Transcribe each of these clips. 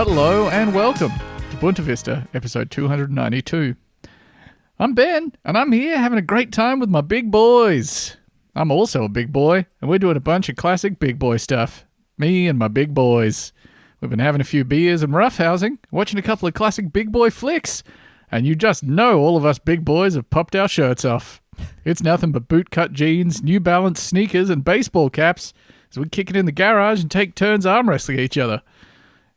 and welcome to Bunta Vista, episode 292. I'm Ben, and I'm here having a great time with my big boys. I'm also a big boy, and we're doing a bunch of classic big boy stuff. Me and my big boys. We've been having a few beers and roughhousing, watching a couple of classic big boy flicks, and you just know all of us big boys have popped our shirts off. It's nothing but bootcut jeans, New Balance sneakers, and baseball caps as we kick it in the garage and take turns arm wrestling each other.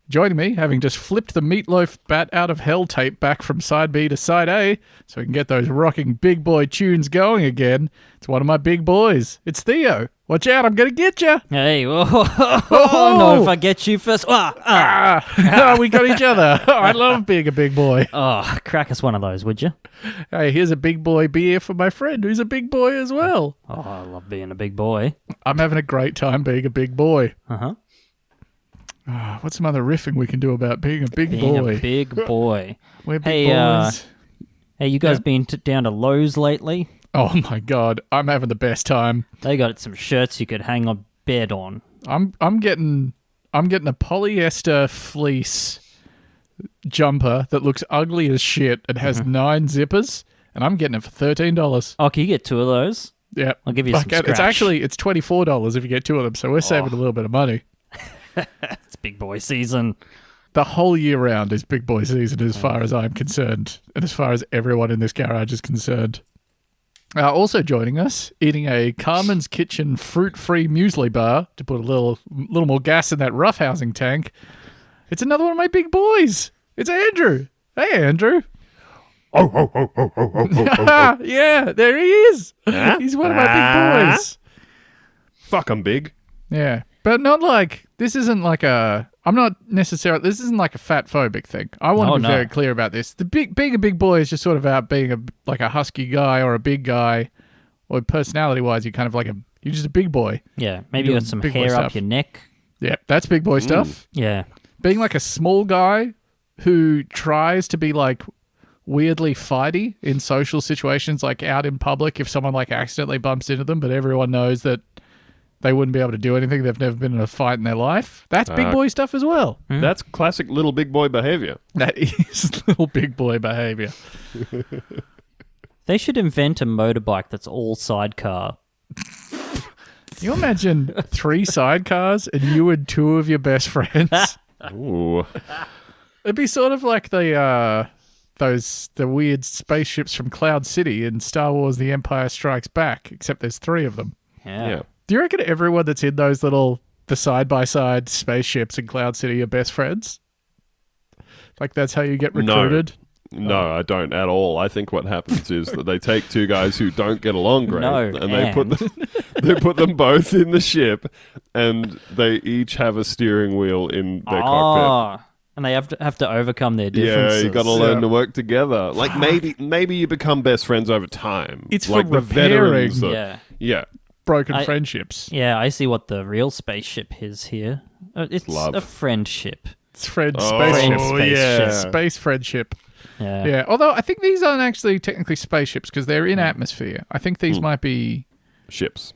Joining me, having just flipped the meatloaf bat out of hell tape back from side B to side A, so we can get those rocking big boy tunes going again. It's one of my big boys. It's Theo. Watch out, I'm gonna get you. Hey, whoa, oh, no, if I get you first. Ah, ah. Ah, we got each other. I love being a big boy. Oh, crack us one of those, would you? Hey, here's a big boy beer for my friend who's a big boy as well. Oh, I love being a big boy. I'm having a great time being a big boy. Uh huh. Ah, What's some other riffing we can do about being a big Being boy? a big boy. We're big Hey, uh, boys. hey, you guys been t- down to Lowe's lately? oh my god, I'm having the best time. They got some shirts you could hang a bed on. I'm I'm getting I'm getting a polyester fleece jumper that looks ugly as shit and has Mm-hmm. nine zippers, and I'm getting it for thirteen dollars. Oh, can you get two of those? Yeah, I'll give you some it- It's scratch. Oh. actually it's twenty four dollars if you get two of them, so we're saving a little bit of money. It's big boy season. The whole year round is big boy season, as far as I'm concerned, and as far as everyone in this garage is concerned. Uh, also joining us, eating a Carmen's Kitchen fruit-free muesli bar to put a little, little more gas in that roughhousing tank. It's another one of my big boys. It's Andrew. Hey, Andrew. yeah, there he is. He's one of my big boys. Fuck, I'm big. Yeah, but not like this isn't like a. I'm not necessarily. This isn't like a fat phobic thing. I want to No, be no. very clear about this. The big being a big boy is just sort of about being a like a husky guy or a big guy, or personality wise, you're kind of like a you're just a big boy. Yeah, maybe you Doing got some big boy hair up stuff. your neck. Yeah, that's big Mm. boy stuff. Yeah. Being like a small guy who tries to be like weirdly fighty in social situations, like out in public, if someone like accidentally bumps into them, but everyone knows that. They wouldn't be able to do anything. They've never been in a fight in their life. That's big Ah. boy stuff as well. That's classic little big boy behavior. That is little big boy behavior. They should invent a motorbike that's all sidecar. Can you imagine three sidecars and you and two of your best friends? Ooh. It'd be sort of like the uh, those the weird spaceships from Cloud City in Star Wars: The Empire Strikes Back, except there's three of them. Yeah. Do you reckon everyone that's in those little the side by side spaceships in Cloud City are best friends? Like that's how you get No. recruited? No, I don't at all. I think what happens is that they take two guys who don't get along great No, and, they put them they put them both in the ship and they each have a steering wheel in their cockpit. Oh, and they have to have to overcome their Yeah, differences. you got to Yeah. learn to work together. Like maybe maybe you become best friends over time. It's for like the repairing. veterans. That, yeah. yeah. yeah. Broken I- friendships. Yeah, I see what the real spaceship is here. Uh, It's Love. a friendship. It's friend Oh, spaceship. yeah. Space friendship. Yeah. Yeah, although I think these aren't actually technically spaceships because they're Hmm. in atmosphere. I think these might be Ships.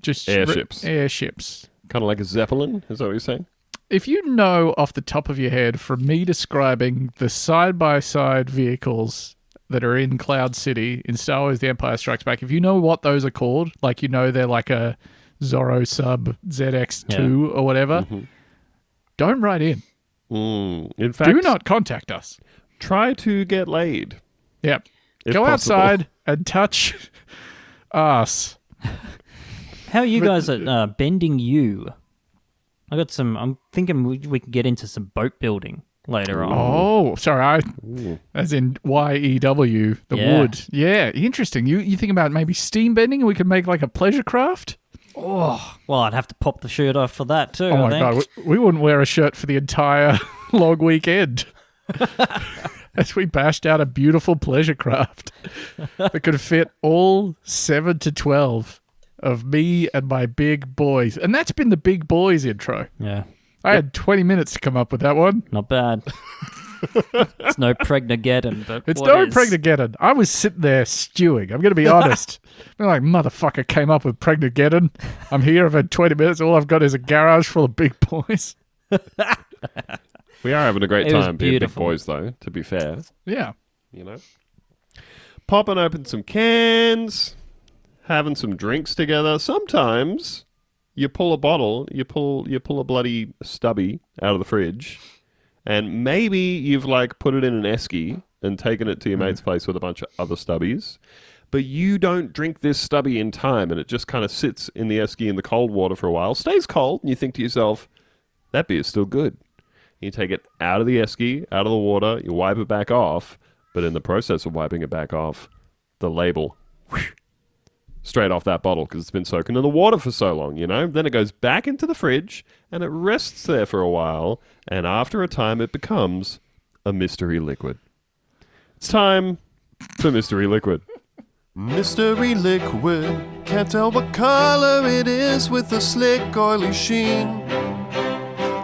just Hmm. Airships. airships. Kind of like a zeppelin, is that what you're saying? If you know off the top of your head from me describing the side by side vehicles that are in Cloud City in Star Wars The Empire Strikes Back, if you know what those are called, like you know they're like a Zorro sub ZX2 or whatever, Mm-hmm. don't write in. Mm. In fact, Do not contact us. try to get laid. Yeah. If Go possible. outside and touch us. How are you guys at uh, bending you? I got some. I'm thinking we, we can get into some boat building later on. Oh, sorry. I, as in Y E W, the Yeah. wood. Yeah, interesting. You you think about maybe steam bending, and we could make like a pleasure craft. Well, I'd have to pop the shirt off for that too. Oh I my think. god, we, we wouldn't wear a shirt for the entire log weekend. as we bashed out a beautiful pleasure craft that could fit all seven to twelve of me and my big boys, and that's been the big boys intro. Yeah, I had twenty minutes to come up with that one. not bad. it's no pregnageddon, but It's what no is- Pregnageddon. I was sitting there stewing. I'm going to be honest. I'm like, motherfucker came up with Pregnageddon. I'm here. I've had 20 minutes. All I've got is a garage full of big boys. We are having a great It was time being big beautiful. boys, though, to be fair. Yeah. You know? Popping open some cans, having some drinks together. Sometimes you pull a bottle, you pull you pull a bloody stubby out of the fridge, and maybe you've like put it in an esky and taken it Mm-hmm. to your mate's place with a bunch of other stubbies. But you don't drink this stubby in time, and it just kind of sits in the esky in the cold water for a while, stays cold, and you think to yourself, that beer's still good. You take it out of the esky, out of the water, you wipe it back off, but in the process of wiping it back off, the label whoosh, straight off that bottle because it's been soaking in the water for so long, you know? Then it goes back into the fridge and it rests there for a while, and after a time, it becomes a mystery liquid. It's time for mystery liquid. Mystery liquid. Can't tell what color it is with a slick, oily sheen.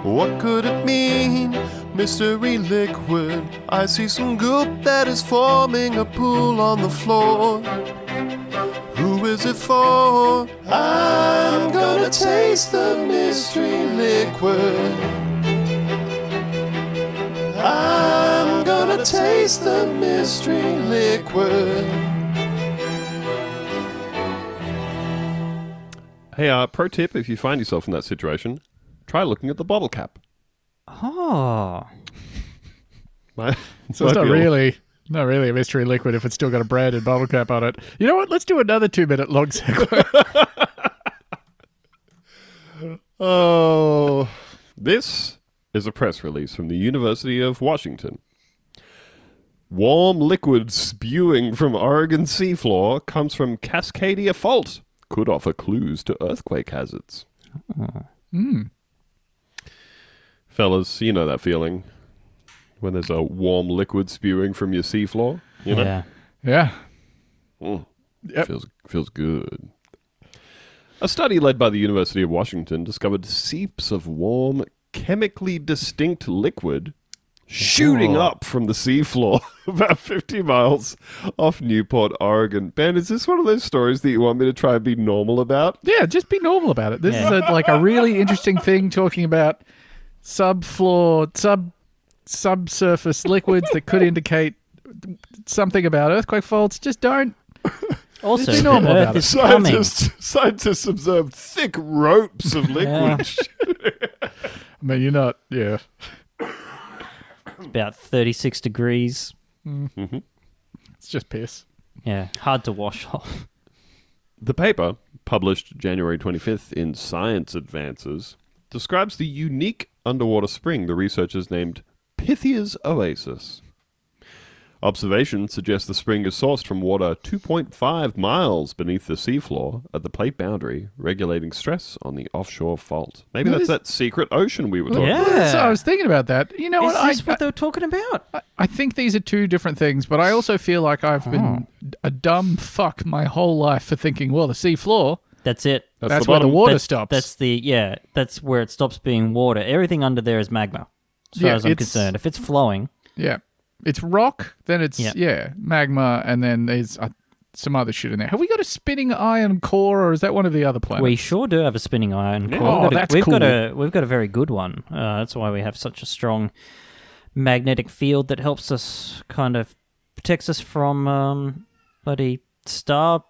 What could it mean? Mystery liquid. I see some goop that is forming a pool on the floor. Who is it for? I'm gonna taste the mystery liquid. I'm gonna taste the mystery liquid. Hey, uh, pro tip if you find yourself in that situation, try looking at the bottle cap. Oh, My- So it's might not be all- really, not really a mystery liquid if it's still got a branded bottle cap on it. You know what? Let's do another two minute long segue. Oh. This is a press release from the University of Washington. Warm liquid spewing from Oregon seafloor comes from Cascadia Fault. Could offer clues to earthquake hazards. Hmm. Fellas, you know that feeling when there's a warm liquid spewing from your seafloor. You know, yeah. yeah. Yep. feels feels good. A study led by the University of Washington discovered seeps of warm, chemically distinct liquid shooting Whoa. up from the seafloor about 50 miles off Newport, Oregon. Ben, is this one of those stories that you want me to try and be normal about? Yeah, just be normal about it. This Yeah. is a, like a really interesting thing talking about subfloor, sub subsurface liquids that could indicate something about earthquake faults. Just don't. Also, be the normal about Earth it. is coming. scientists observed thick ropes of liquid. I mean, you're not. Yeah. About 36 degrees. It's just piss. Yeah, hard to wash off. The paper, published January 25th in Science Advances, describes the unique underwater spring the researchers named Pythia's Oasis. Observations suggest the spring is sourced from water 2.5 miles beneath the seafloor at the plate boundary, regulating stress on the offshore fault. Maybe What that's is- Oh, that secret ocean we were talking Yeah. about. So I was thinking about that. You know Is what? I, this what they were talking about? I, I think these are two different things, but I also feel like I've been Oh. a dumb fuck my whole life for thinking, well, the sea floor. That's it. That's, where the bottom. water that's, stops. That's the yeah. That's where it stops being water. Everything under there is magma. As far Yeah, as I'm it's- concerned, if it's flowing, Yeah. It's rock, then it's Yeah. yeah, magma, and then there's uh, some other shit in there. Have we got a spinning iron core, or is that one of the other planets? we sure do have a spinning iron. core. Oh, we've got a, that's we've got cool. a we've got a very good one. Uh, that's why we have such a strong magnetic field that helps us kind of protects us from um, bloody star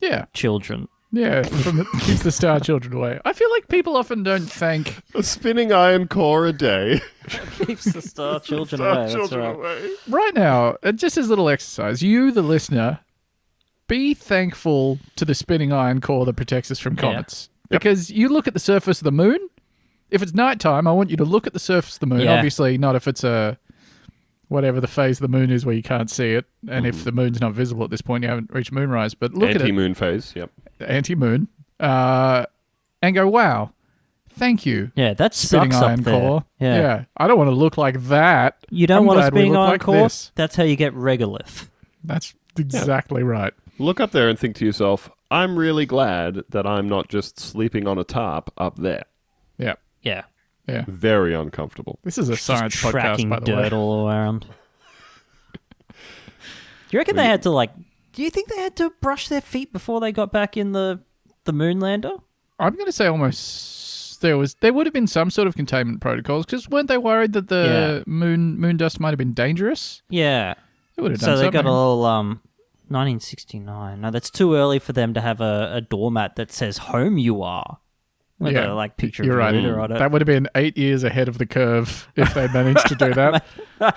yeah, children. yeah. From the, keeps the star children away. I feel like people often don't thank. A spinning iron core a day. Keeps the star children away. That's Children right. away. Right now, uh, just as a little exercise, you, the listener, be thankful to the spinning iron core that protects us from comets. Because you look at the surface of the moon. If it's nighttime, I want you to look at the surface of the moon. Yeah. Obviously, not if it's a whatever the phase of the moon is where you can't see it. And Mm. if the moon's not visible at this point, you haven't reached moonrise. But look at it Anti-moon phase, yep. anti moon, uh, and go, wow, thank you. Yeah, that Spinning sucks up iron there. core. Yeah. I don't want to look like that. You don't I'm want a glad we spinning look iron like core. this. That's how you get regolith. That's exactly right. Look up there and think to yourself, I'm really glad that I'm not just sleeping on a tarp up there. Yeah. Yeah. Yeah. Very uncomfortable. This is a Just science podcast, tracking by the dirt way. all around. Do you reckon they had to like? Do you think they had to brush their feet before they got back in the the moon lander? I'm going to say almost there was there would have been some sort of containment protocols because weren't they worried that the moon moon dust might have been dangerous? Yeah. They would have So done they got something. a little um 1969. No, that's too early for them to have a, a doormat that says home you are. With Yeah. a like picture You're of right. a leader on it. That would have been eight years ahead of the curve if they managed to do that.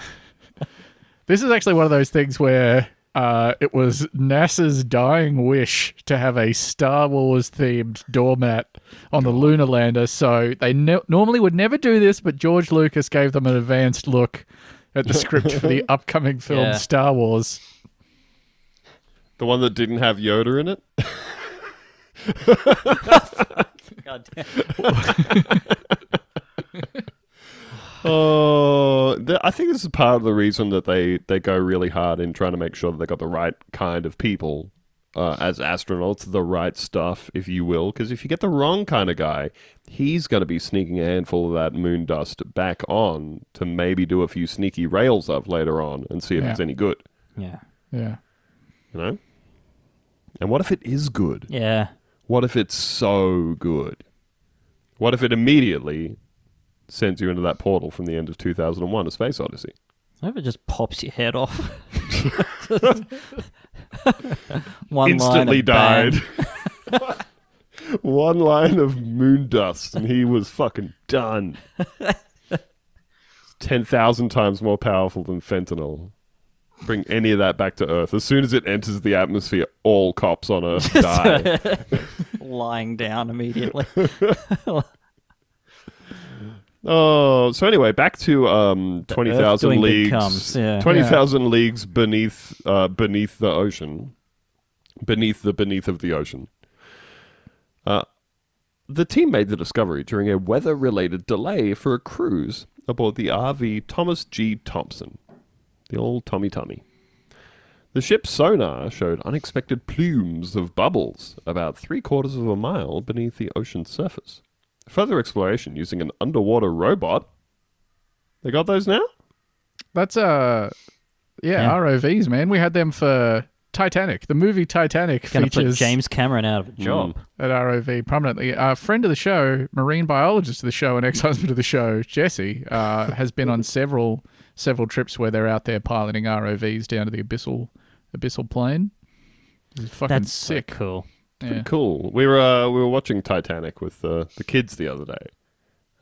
this is actually one of those things where uh, it was NASA's dying wish to have a Star Wars themed doormat on the lunar lander. So they ne- normally would never do this, but George Lucas gave them an advanced look at the script for the upcoming film Yeah. Star Wars. The one that didn't have Yoda in it? God damn. Oh, th- I think this is part of the reason that they, they go really hard in trying to make sure that they got the right kind of people uh, as astronauts, the right stuff, if you will. Because if you get the wrong kind of guy, he's going to be sneaking a handful of that moon dust back on to maybe do a few sneaky rails of later on and see if Yeah. it's any good. Yeah. Yeah. You know. And what if it is good? Yeah. What if it's so good? What if it immediately sends you into that portal from the end of 2001 A Space Odyssey? I hope it just pops your head off. One Instantly line and bang. died. One line of moon dust, and he was fucking done. 10,000 times more powerful than fentanyl. Bring any of that back to Earth. As soon as it enters the atmosphere, all cops on Earth die. lying down immediately. Oh, so anyway, back to um, twenty thousand doing big leagues. comes, yeah. Twenty thousand leagues beneath uh, beneath the ocean, beneath the beneath of the ocean. Uh, the team made the discovery during a weather-related delay for a cruise aboard the RV Thomas G. Thompson, the old Tommy Tommy. The ship's sonar showed unexpected plumes of bubbles about three quarters of a mile beneath the ocean's surface. Further exploration using an underwater robot. They got those now? That's uh yeah, Yeah. ROVs, man. We had them for Titanic. The movie Titanic Gonna put features James Cameron out of Mm, a job. at ROV prominently. A friend of the show, marine biologist of the show, and ex-husband of the show, Jesse, uh, has been on several several trips where they're out there piloting ROVs down to the abyssal abyssal plane. It's fucking That's so sick. cool. Yeah. Cool. We were uh, we were watching Titanic with uh, the kids the other day.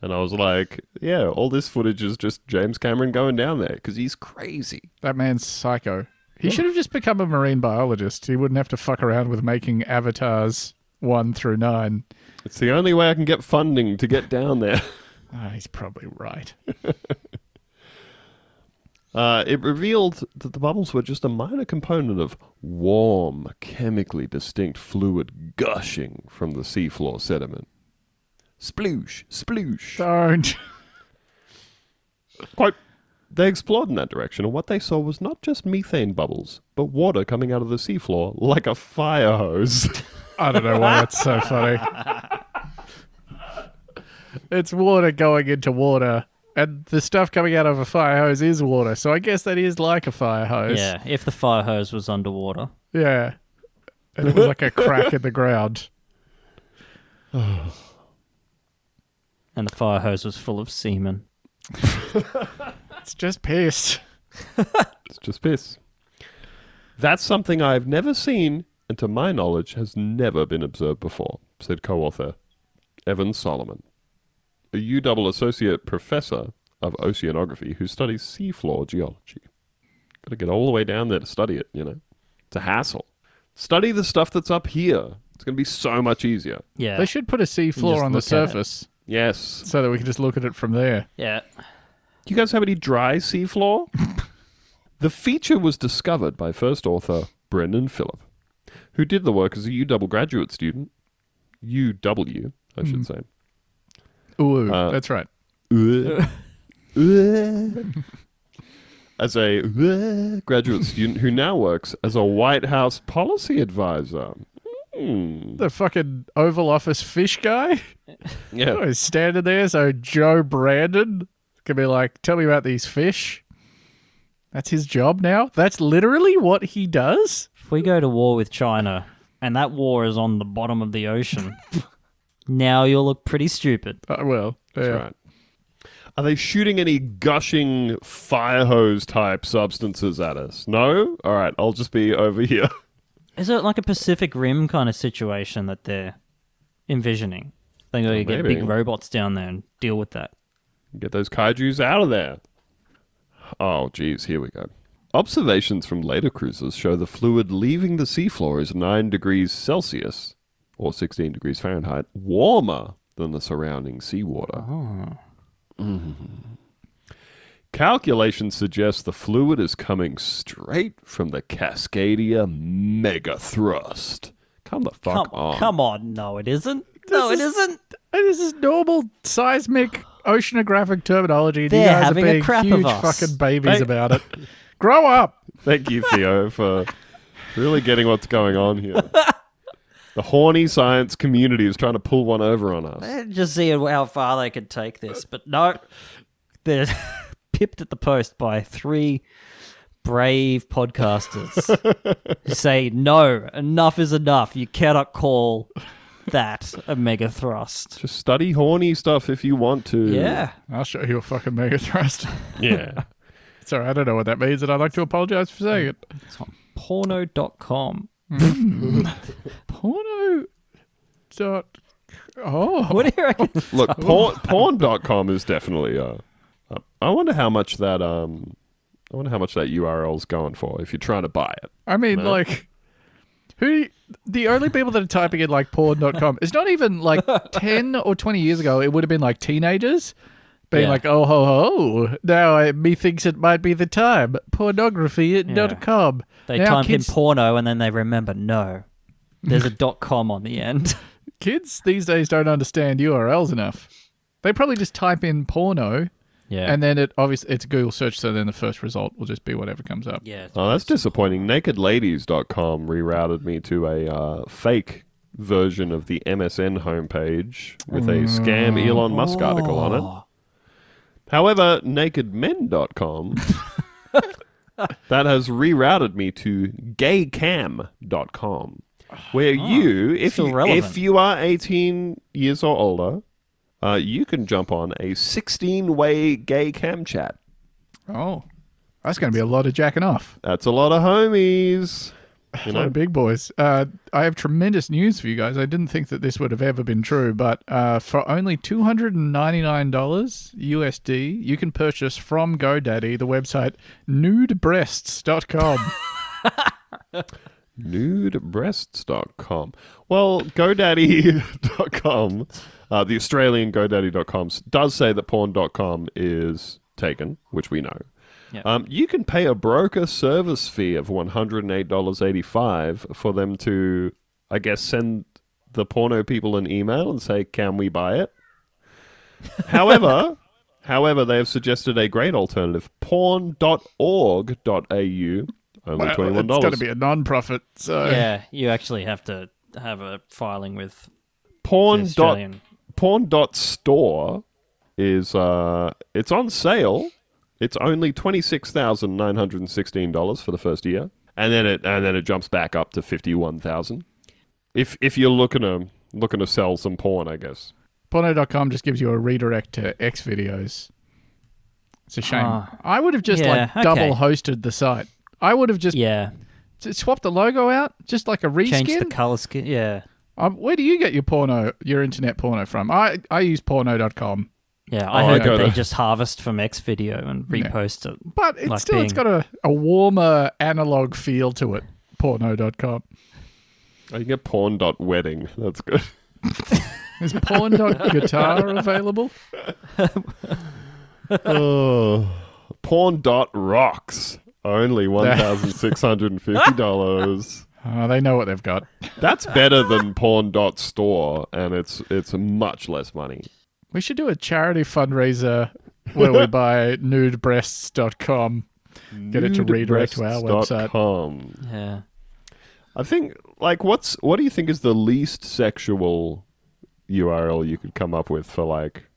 And I was like, yeah, all this footage is just James Cameron going down there because he's crazy. That man's psycho. He should have just become a marine biologist. He wouldn't have to fuck around with making avatars one through nine. It's the only way I can get funding to get down there. Ah, he's probably right. Uh, it revealed that the bubbles were just a minor component of warm, chemically distinct fluid gushing from the seafloor sediment. Sploosh, sploosh. Don't. Quote, they explored in that direction, and what they saw was not just methane bubbles, but water coming out of the seafloor like a fire hose. I don't know why that's so funny. It's water going into water, and the stuff coming out of a fire hose is water. So I guess that is like a fire hose. Yeah, if the fire hose was underwater. Yeah. And it was like a crack in the ground. And the fire hose was full of semen. It's just piss. it's just piss. That's something I've never seen, and to my knowledge, has never been observed before, said co author Evan Solomon, a UW Associate Professor of Oceanography who studies seafloor geology. Gotta get all the way down there to study it, you know? It's a hassle. Study the stuff that's up here. It's gonna be so much easier. Yeah. They should put a sea floor just on the look at it. surface Yes. so that we can just look at it from there. yeah. Do you guys have any dry seafloor? the feature was discovered by first author Brendan Phillip, who did the work as a UW graduate student. UW, I should say. Ooh, Uh, that's right. Mm. as a graduate student who now works as a White House policy advisor. Hmm. The fucking Oval Office fish guy. Oh, Yeah. he's standing there, so Joe Brandon can be like, tell me about these fish. That's his job now. That's literally what he does. If we go to war with China and that war is on the bottom of the ocean, Now you'll look pretty stupid. Uh, well, That's yeah. right. Are they shooting any gushing fire hose type substances at us? No? All right, I'll just be over here. Is it like a Pacific Rim kind of situation that they're envisioning? They gotta get maybe. big robots down there and deal with that. Get those kaijus out of there. Oh, geez, here we go. Observations from later cruises show the fluid leaving the seafloor is 9 degrees Celsius, or 16 degrees Fahrenheit, warmer than the surrounding seawater. Ah. Mhm. Calculations suggest the fluid is coming straight from the Cascadia mega thrust. Come the fuck Come, on. come on, no, it isn't. No, it isn't. Hey, This is normal seismic oceanographic terminology. They're you guys having are a being crap huge of us. fucking babies Hey. about it. Grow up. Thank you, Theo, for really getting what's going on here. The horny science community is trying to pull one over on us. Eh, Just seeing how far they could take this, but no, they're pipped at the post by three brave podcasters who say, "No, enough is enough. You cannot call that a mega thrust." Just study horny stuff if you want to. Yeah, I'll show you a fucking mega thrust. Yeah. Sorry, I don't know what that means, and I'd like to apologize for saying it. it's on porno.com. Porno. Dot. Oh, What do you reckon? Look, porn, porn.com is definitely uh, uh, I wonder how much that um I wonder how much that URL's going for if you're trying to buy it. I mean, like, who? The only people that are typing in like porn.com, it's not even like 10 or 20 years ago, it would have been like teenagers being Yeah. like, oh, ho, ho, now I, methinks it might be the time. Pornography.com. They now typed kids, in porno and then they remember, no, there's a dot com on the end. kids these days don't understand URLs enough. They probably just type in porno Yeah. and then it obviously it's a Google search, so then the first result will just be whatever comes up. yeah. Oh, that's disappointing. Nakedladies.com rerouted me to a uh, fake version of the MSN homepage with a scam Elon Musk article on it. However, nakedmen.com that has rerouted me to gaycam.com where you if still you, relevant. if you are 18 years or older, uh, you can jump on a 16-way gay cam chat. Oh, that's going to be a lot of jacking off. That's a lot of homies. You Hello, know, big boys. Uh, I have tremendous news for you guys. I didn't think that this would have ever been true, but uh, for only two hundred and ninety nine dollars USD, you can purchase from GoDaddy the website nudebreasts.com. Nudebreasts.com. Well, GoDaddy.com, uh, the Australian GoDaddy.com, s- does say that porn.com is taken, which we know. Yeah. Um, you can pay a broker service fee of $108.85 for them to, I guess, send the porno people an email and say, can we buy it? However, however, they have suggested a great alternative, porn.org.au, only well, $21. Uh, it's going to be a non-profit, so Yeah, you actually have to have a filing with porn dot Australian. porn dot store is uh it's on sale it's only twenty six thousand nine hundred and sixteen dollars for the first year and then it and then it jumps back up to fifty one thousand if if you're looking to looking to sell some porn i guess porno.com just gives you a redirect to X videos. It's a shame. Ah. I would have just Yeah, like double okay. hosted the site. I would have just Yeah, j- swapped the logo out, just like a reskin. change the color scheme. Yeah, Um, where do you get your porno, your internet porno from? I, I use porno.com, yeah. I Oh, I heard got that they it. just harvest from X video and repost it. but it's Like still it's being- got a, a warmer analog feel to it. Porno.com. i Oh, can get porn dot wedding that's good Is porn.guitar available? oh porn dot rocks only one thousand six hundred and fifty dollars Oh, they know what they've got. That's better than porn.store and it's it's much less money. We should do a charity fundraiser where we buy nudebreasts.com. Get it to redirect to our website. Nudebreasts.com. Yeah, I think like what's what do you think is the least sexual URL you could come up with for like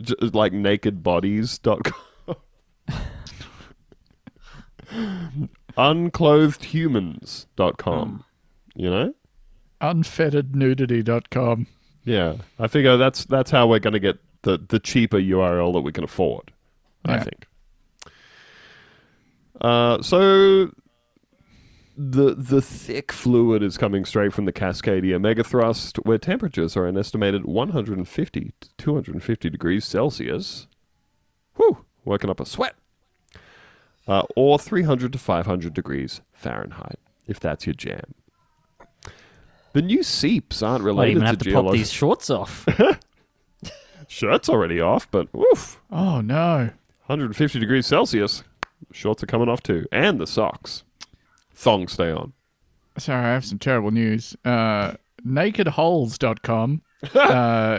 j- like nakedbodies.com unclothedhumans.com you know Hmm. Unfetterednudity.com. Yeah, I figure that's that's how we're going to get the the cheaper URL that we can afford. I Yeah. think. Uh, so the the thick fluid is coming straight from the Cascadia megathrust, where temperatures are an estimated 150 to 250 degrees Celsius. Whew, working up a sweat. Uh, or 300 to 500 degrees Fahrenheit, if that's your jam. The new seeps aren't I don't related even have to, to pop geological these shorts off. shirt's already off, but woof, Oh no. 150 degrees Celsius. Shorts are coming off too, and the socks. Thongs stay on. Sorry, I have some terrible news. Uh, nakedholes.com uh,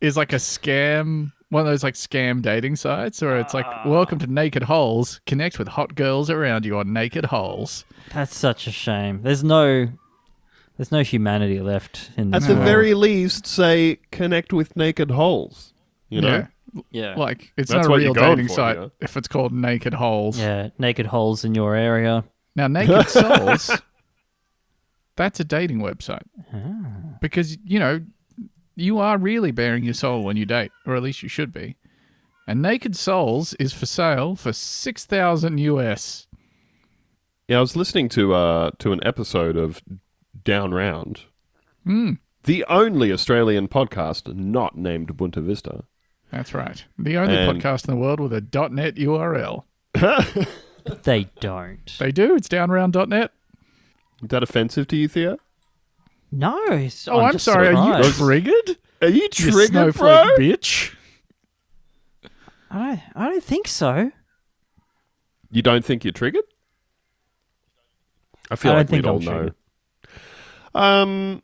is like a scam, one of those like scam dating sites where it's like, welcome to Naked Holes. Connect with hot girls around you on Naked Holes. That's such a shame. There's no, there's no humanity left in At this the world. very least, say connect with naked holes. You know, Yeah. yeah, Like, it's not That's a what real you're going dating for, site yeah. if it's called Naked Holes. yeah, naked holes in your area. Now, Naked Souls, that's a dating website. Because, you know, you are really bearing your soul when you date, or at least you should be. And Naked Souls is for sale for 6000 US. yeah. I was listening to uh to an episode of Down Round, Hmm. the only Australian podcast not named Bunta Vista. That's right. The only And- podcast in the world with a .net URL. They don't. They do. It's downround.net. Is that offensive to you, Theo? No. it's- Oh, I'm, just sorry. Are you surprised. triggered? Are you You triggered, snowflake bro? bitch. I don't, I don't think so. You don't think you're triggered? I feel I don't like think we'd all I'm know. triggered. Um,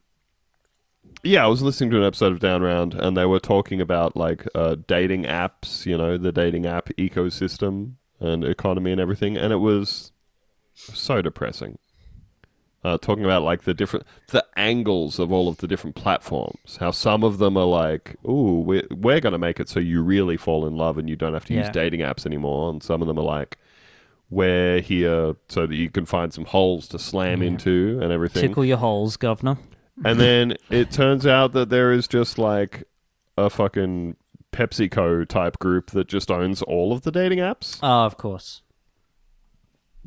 yeah, I was listening to an episode of Down Round, and they were talking about like uh, dating apps. You know, the dating app ecosystem and economy and everything, and it was so depressing. Uh, talking about like the different the angles of all of the different platforms, how some of them are like, "Ooh, we're we're gonna make it so you really fall in love and you don't have to use Yeah. dating apps anymore," and some of them are like, "We're here so that you can find some holes to slam into and everything." Tickle your holes, governor. And then it turns out that there is just like a fucking PepsiCo type group that just owns all of the dating apps. Oh, of course.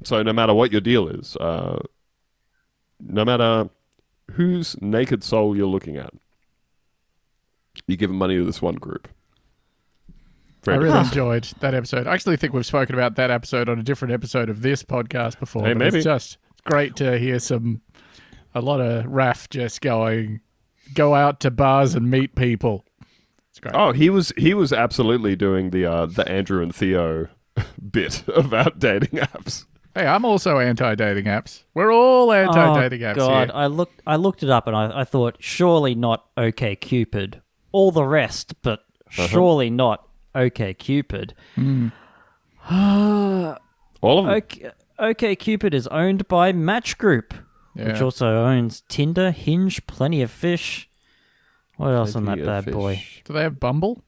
So no matter what your deal is, uh, no matter whose naked soul you're looking at, you give money to this one group. I Very really enjoyed that episode. I actually think we've spoken about that episode on a different episode of this podcast before. Hey, but maybe. It's just great to hear some, a lot of Raf just going, go out to bars and meet people. It's great. Oh, he was he was absolutely doing the uh, the Andrew and Theo bit about dating apps. Hey, I'm also anti dating apps. We're all anti dating oh, apps. God, Here. I looked, I looked it up, and I, I thought surely not OK Cupid. All the rest, but Uh-huh. surely not OK Cupid. All of them. OK, OK Cupid is owned by Match Group, which Yeah. also owns Tinder, Hinge, Plenty of Fish. What else on that Plenty of bad boy? fish. Do they have Bumble?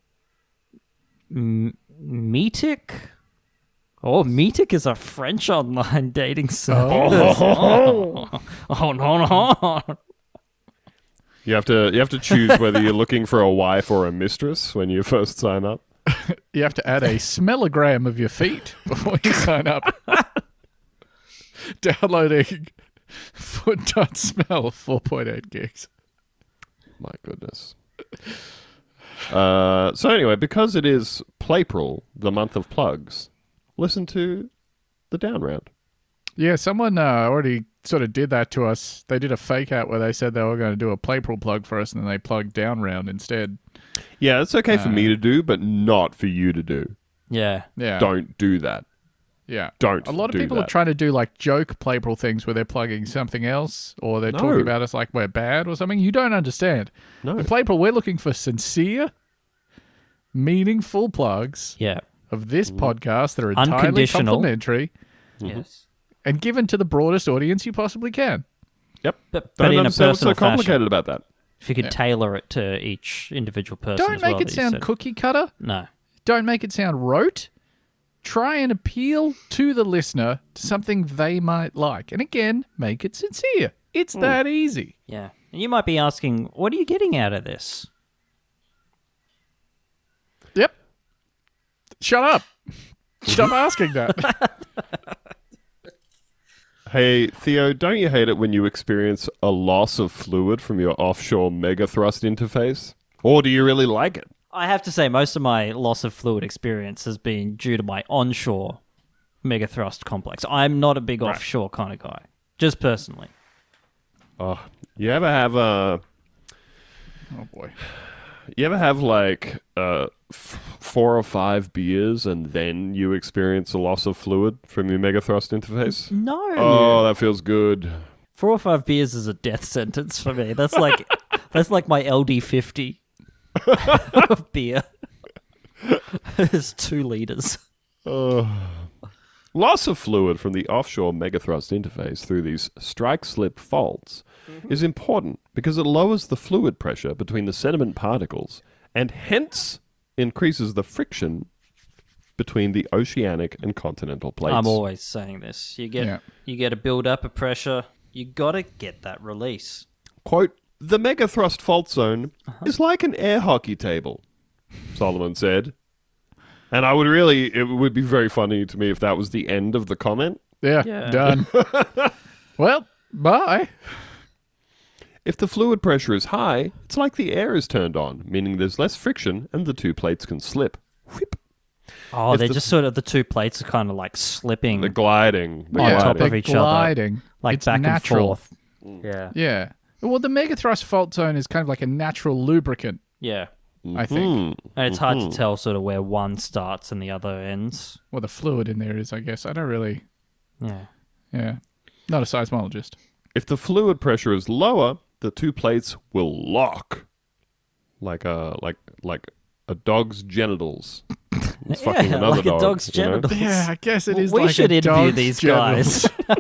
M- Meetic. Oh, Meetic is a French online dating site. Oh, oh no, no. You have to you have to choose whether you're looking for a wife or a mistress when you first sign up. You have to add a smellogram of your feet before you sign up. Downloading foot.smell 4.8 gigs. My goodness. Uh, so anyway, because it is Playpril, the month of plugs, listen to the down round. Yeah, someone uh, already sort of did that to us. They did a fake out where they said they were going to do a Playpril plug for us, and then they plugged Down Round instead. Yeah, it's okay for me to do, but not for you to do. Uh. Yeah. Yeah, Don't do that. yeah, don't A lot of do people are that. trying to do like joke Playpril things where they're plugging something else, or they're No. talking about us like we're bad or something. You don't understand. No. In Playpril, we're looking for sincere, meaningful plugs Yeah. of this podcast that are entirely Unconditional. complimentary Mm-hmm. Yes. and given to the broadest audience you possibly can. Yep. But, Don't but in a understand what's so personal complicated fashion. about that. If you could Yeah. tailor it to each individual person. Don't as make well it that you sound said. cookie cutter. No. don't make it sound rote. Try and appeal to the listener Hmm. to something they might like. And again, make it sincere. It's that easy. Yeah. And you might be asking, what are you getting out of this? Yep. Shut up. Stop asking that. Hey, Theo, don't you hate it when you experience a loss of fluid from your offshore mega thrust interface? Or do you really like it? I have to say, most of my loss of fluid experience has been due to my onshore megathrust complex. I'm not a big offshore kind of guy, just personally. Oh, you ever have a oh boy. you ever have like uh, f- four or five beers and then you experience a loss of fluid from your mega thrust Mm-hmm. interface? No. Oh, that feels good. Four or five beers is a death sentence for me. That's like that's like my LD fifty of beer. it's two liters. Loss of fluid from the offshore megathrust interface through these strike slip faults Mm-hmm. is important because it lowers the fluid pressure between the sediment particles and hence increases the friction between the oceanic and continental plates. I'm always saying this. You get Yeah. you get a build up of pressure. You gotta get that release. Quote, the megathrust fault zone is like an air hockey table, Solomon said. And I would really, it would be very funny to me if that was the end of the comment. Yeah. Yeah. Done. well, bye. If the fluid pressure is high, it's like the air is turned on, meaning there's less friction and the two plates can slip. Whip. Oh, If they're the- just sort of the two plates are kind of like slipping The gliding. Hmm. The on gliding. top of They're each gliding. other, like It's back natural. and forth. Yeah, Yeah. Well, the megathrust fault zone is kind of like a natural lubricant, yeah. I think. And it's hard Mm-hmm. to tell sort of where one starts and the other ends. Well, the fluid in there is, I guess. I don't really. Yeah. Yeah. Not a seismologist. If the fluid pressure is lower, the two plates will lock. Like a like like a dog's genitals. It's fucking yeah, another like dog, a dog's you know? genitals. Yeah, I guess it Well, is. we like should a interview dog's these genitals. guys.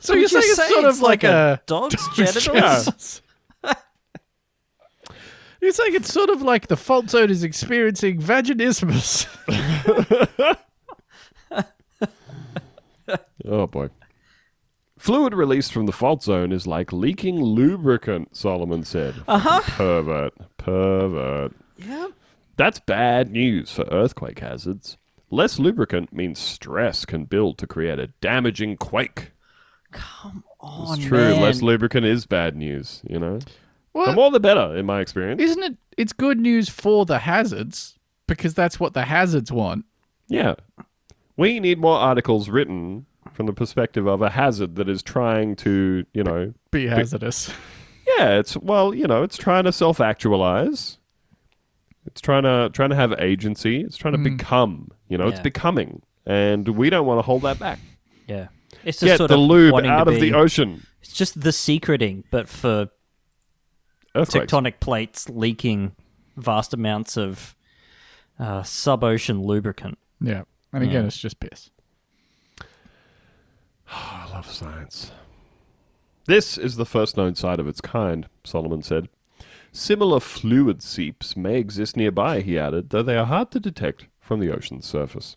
so you're saying it's sort of like, a, dog's genitals? You're saying it's sort of like the fault zone is experiencing vaginismus. Oh boy. Fluid released from the fault zone is like leaking lubricant, Solomon said. Uh-huh. Pervert. Pervert. Yeah. That's bad news for earthquake hazards. Less lubricant means stress can build to create a damaging quake. Oh, It's true, man. less lubricant is bad news, you know? The well, more the better, in my experience. isn't it? It's good news for the hazards because that's what the hazards want. Yeah. We need more articles written from the perspective of a hazard that is trying to, you know, Be hazardous. Yeah, it's well, you know, it's trying to self-actualize. It's trying to trying to have agency. It's trying to become. You know, it's Hmm. Yeah. becoming, and we don't want to hold that back. Yeah. It's just Get sort the of lube wanting out to of the be- ocean. It's just the secreting, but for Earthquakes. tectonic plates leaking vast amounts of uh, sub-ocean lubricant. Yeah. And again, Yeah. it's just piss. I love science. This is the first known site of its kind, Solomon said. Similar fluid seeps may exist nearby, he added, though they are hard to detect from the ocean's surface.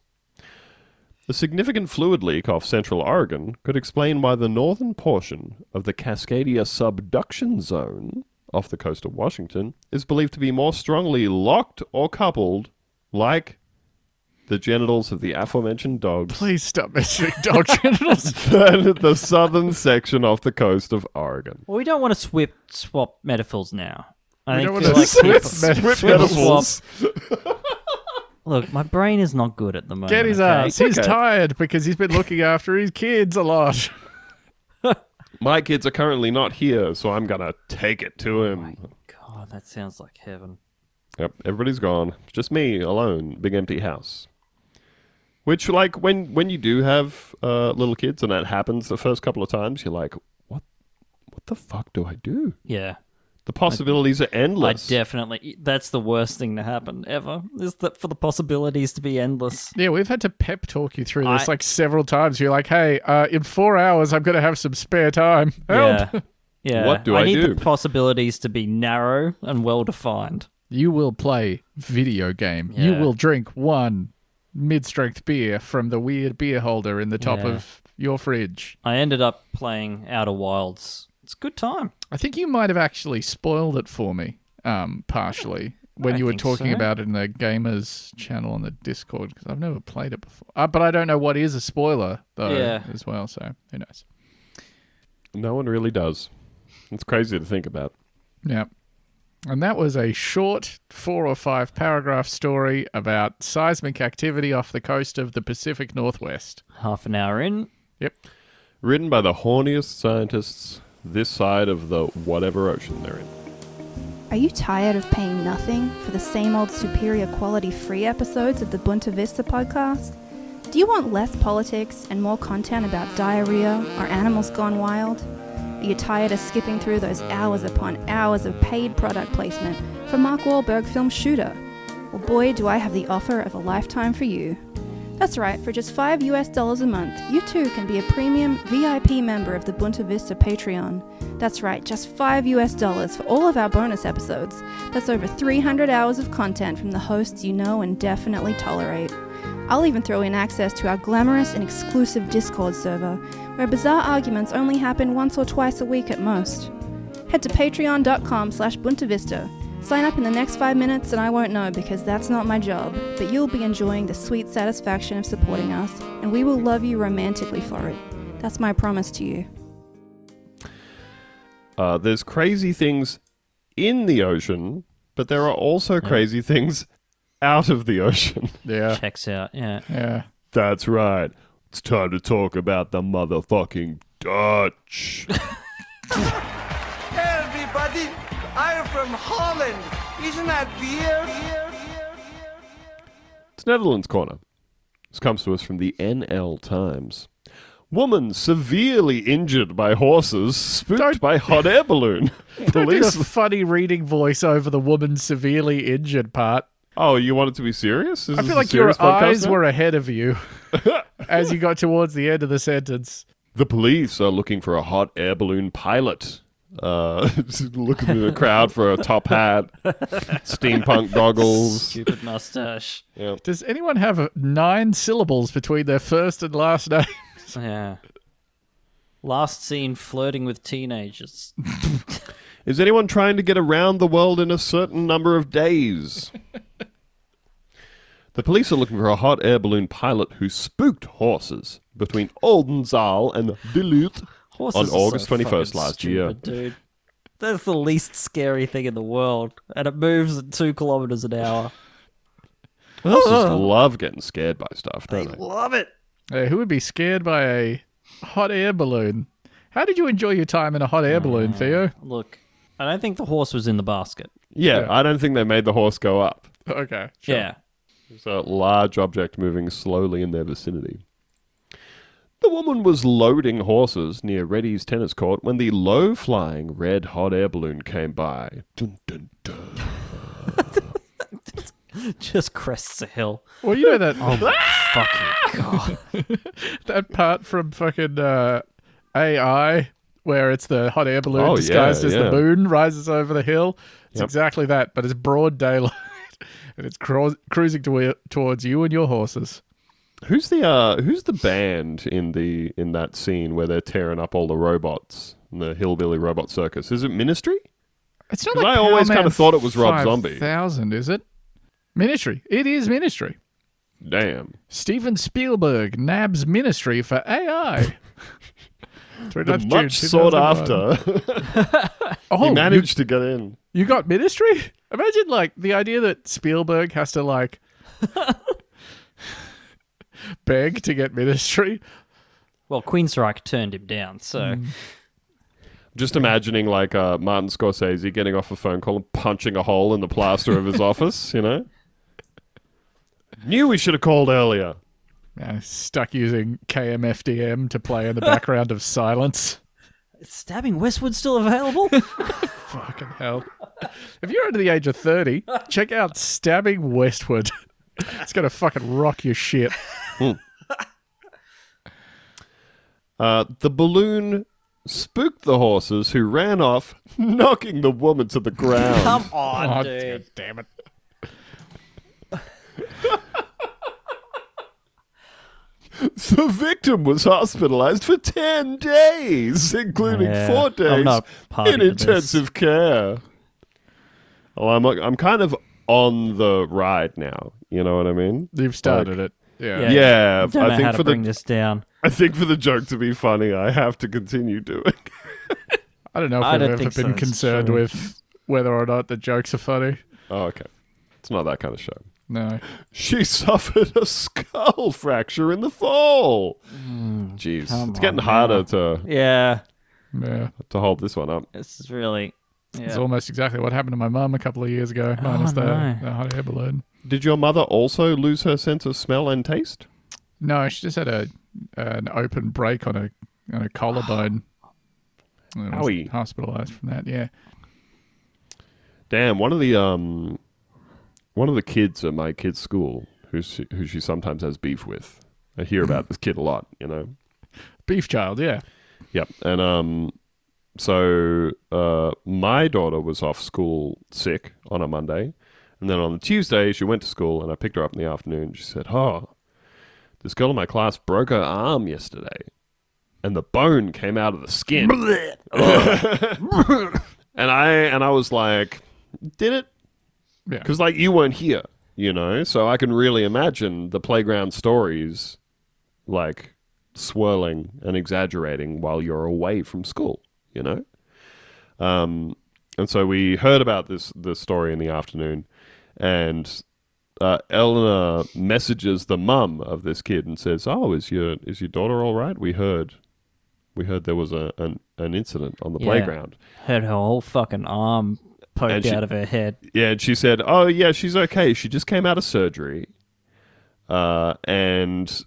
The significant fluid leak off central Oregon could explain why the northern portion of the Cascadia subduction zone off the coast of Washington is believed to be more strongly locked or coupled, like the genitals of the aforementioned dogs Please stop mentioning dog genitals. than the southern section off the coast of Oregon. Well, we don't want to swip, swap metaphors now. I We think don't for, want like, to switch people- metaphors. Look, my brain is not good at the moment. Get his okay? ass. He's Okay. tired because he's been looking after his kids a lot. My kids are currently not here, so I'm gonna take it to him. God, that sounds like heaven. Yep, everybody's gone. It's Just me alone, big empty house. Which, like, when when you do have uh, little kids and that happens the first couple of times, you're like, what, what the fuck do I do? Yeah. The possibilities are I endless. definitely. That's the worst thing to happen ever. Is that for the possibilities to be endless? Yeah, we've had to pep talk you through this I- like several times. You're like, "Hey, uh, in four hours, I'm gonna have some spare time. Help! Yeah. Yeah. What do I need the do? possibilities to be narrow and well defined. You will play video game. You Yeah. will drink one mid-strength beer from the weird beer holder in the top Yeah. of your fridge. I ended up playing Outer Wilds It's a good time. I think you might have actually spoiled it for me, um, partially when don't you were think talking so. about it in the gamers channel on the Discord because I've never played it before. Uh, but I don't know what is a spoiler though Yeah. as well. So who knows? No one really does. It's crazy to think about. Yeah. And that was a short four or five paragraph story about seismic activity off the coast of the Pacific Northwest. Half an hour in. Yep. Written by the horniest scientists this side of the whatever ocean they're in. Are you tired of paying nothing for the same old superior quality free episodes of the Bunta Vista podcast? Do you want less politics and more content about diarrhea or animals gone wild? Are you tired of skipping through those hours upon hours of paid product placement for Mark Wahlberg film Shooter? Well, boy, do I have the offer of a lifetime for you. That's right, for just 5 US dollars a month, you too can be a premium VIP member of the Bunta Vista Patreon. That's right, just 5 US dollars for all of our bonus episodes. That's over 300 hours of content from the hosts you know and definitely tolerate. I'll even throw in access to our glamorous and exclusive Discord server, where bizarre arguments only happen once or twice a week at most. Head to patreon.com slash buntavista. Sign up in the next five minutes and I won't know because that's not my job, but you'll be enjoying the sweet satisfaction of supporting us, and we will love you romantically for it. That's my promise to you. Uh, there's crazy things in the ocean, but there are also crazy things out of the ocean. Yeah. Checks out. Yeah. Yeah. That's right. It's time to talk about the motherfucking Dutch. everybody. I am from Holland. Isn't that beer? It's Netherlands Corner. This comes to us from the NL Times. Woman severely injured by horses spooked by hot air balloon. Don't do the Police. funny reading voice over the woman severely injured part. Oh, you wanted to be serious? Is I this feel a like your serious podcast eyes now? were ahead of you as you got towards the end of the sentence. The police are looking for a hot air balloon pilot. Uh, looking in the crowd for a top hat, steampunk goggles. Stupid mustache. Does anyone have uh, nine syllables between their first and last name? Yeah. Last seen flirting with teenagers. Is anyone trying to get around the world in a certain number of days? the police are looking for a hot air balloon pilot who spooked horses between Oldenzaal and Duluth Horses on are so August fucking 21st last year. stupid, Dude. That's the least scary thing in the world, and it moves at two kilometers an hour. Horses love getting scared by stuff, don't they? Love it. Uh, who would be scared by a hot air balloon? How did you enjoy your time in a hot air balloon, Theo? Look, I don't think the horse was in the basket. Yeah, I don't think they made the horse go up. Okay. Yeah. It's a large object moving slowly in their vicinity. The woman was loading horses near Reddy's tennis court when the low flying red hot air balloon came by. Dun, dun, dun. Just crests a hill. Well, you know that Oh, Ah! Fucking God. that part from fucking uh, AI where it's the hot air balloon Oh, disguised yeah, as yeah. the moon rises over the hill. It's Yep. exactly that, but it's broad daylight and it's cru- cruising to- towards you and your horses. Who's the uh, who's the band in the in that scene where they're tearing up all the robots in the hillbilly robot circus? Is it Ministry? It's not 'Cause like I always Power Man kinda thought it was Rob Zombie. 5000, is it? Ministry. It is Ministry. Damn. Steven Spielberg nabs Ministry for AI. Three The ninth June, much sought 2001. after. Oh, he you- managed to get in. you got ministry? Imagine like the idea that Spielberg has to like beg to get ministry. Well, Queensryche turned him down, so Just imagining like uh, Martin Scorsese getting off a phone call and punching a hole in the plaster of his office, you know? Knew we should have called earlier. Man, he's stuck using KMFDM to play in the background of silence. is stabbing Westwood still available? Fucking hell. If you're under the age of 30, check out Stabbing Westward. It's going to fucking rock your shit. Uh, the balloon spooked the horses who ran off, knocking the woman to the ground. Come on, Oh, dude. damn it. The victim was hospitalized for 10 days, including Yeah, four I'm days not party in to this. intensive care. Well, I'm, I'm kind of on the ride now. You know what I mean? You've started it. Yeah. Yeah. Yeah, Don't know I how think to for bring the this down. I think for the joke to be funny, I have to continue doing. I don't know if I I've don't ever been think so, it's concerned true. with whether or not the jokes are funny. Oh, okay. It's not that kind of show. No. She suffered a skull fracture in the fall. Jeez, Hmm, come it's getting on harder now. to Yeah, Yeah. to hold this one up. this is really. It's Yeah. Oh, almost exactly what happened to my mum a couple of years ago, minus the, no. the Oh, hot air balloon. Did your mother also lose her sense of smell and taste? No, she just had a an open break on a on a collarbone. And was Owie. Hospitalized from that, yeah. Damn, one of the um, one of the kids at my kid's school, who she, who she sometimes has beef with. I hear about this kid a lot, you know. Beef child, yeah. Yep. And um, so uh, my daughter was off school sick on a Monday. And then on the Tuesday, she went to school and I picked her up in the afternoon. She said, Oh, this girl in my class broke her arm yesterday. And the bone came out of the skin. and I and I was like, Did it? Yeah. Because like you weren't here, you know, so I can really imagine the playground stories, like swirling and exaggerating while you're away from school, you know. Um, and so we heard about this this story in the afternoon, and uh, Eleanor messages the mum of this kid and says, "Oh, is your is your daughter all right? We heard, we heard there was a an, an incident on the Yeah. playground." Had her whole fucking arm And poked she- out of her head. Yeah, and she said, "Oh yeah, she's okay. She just came out of surgery." Uh, and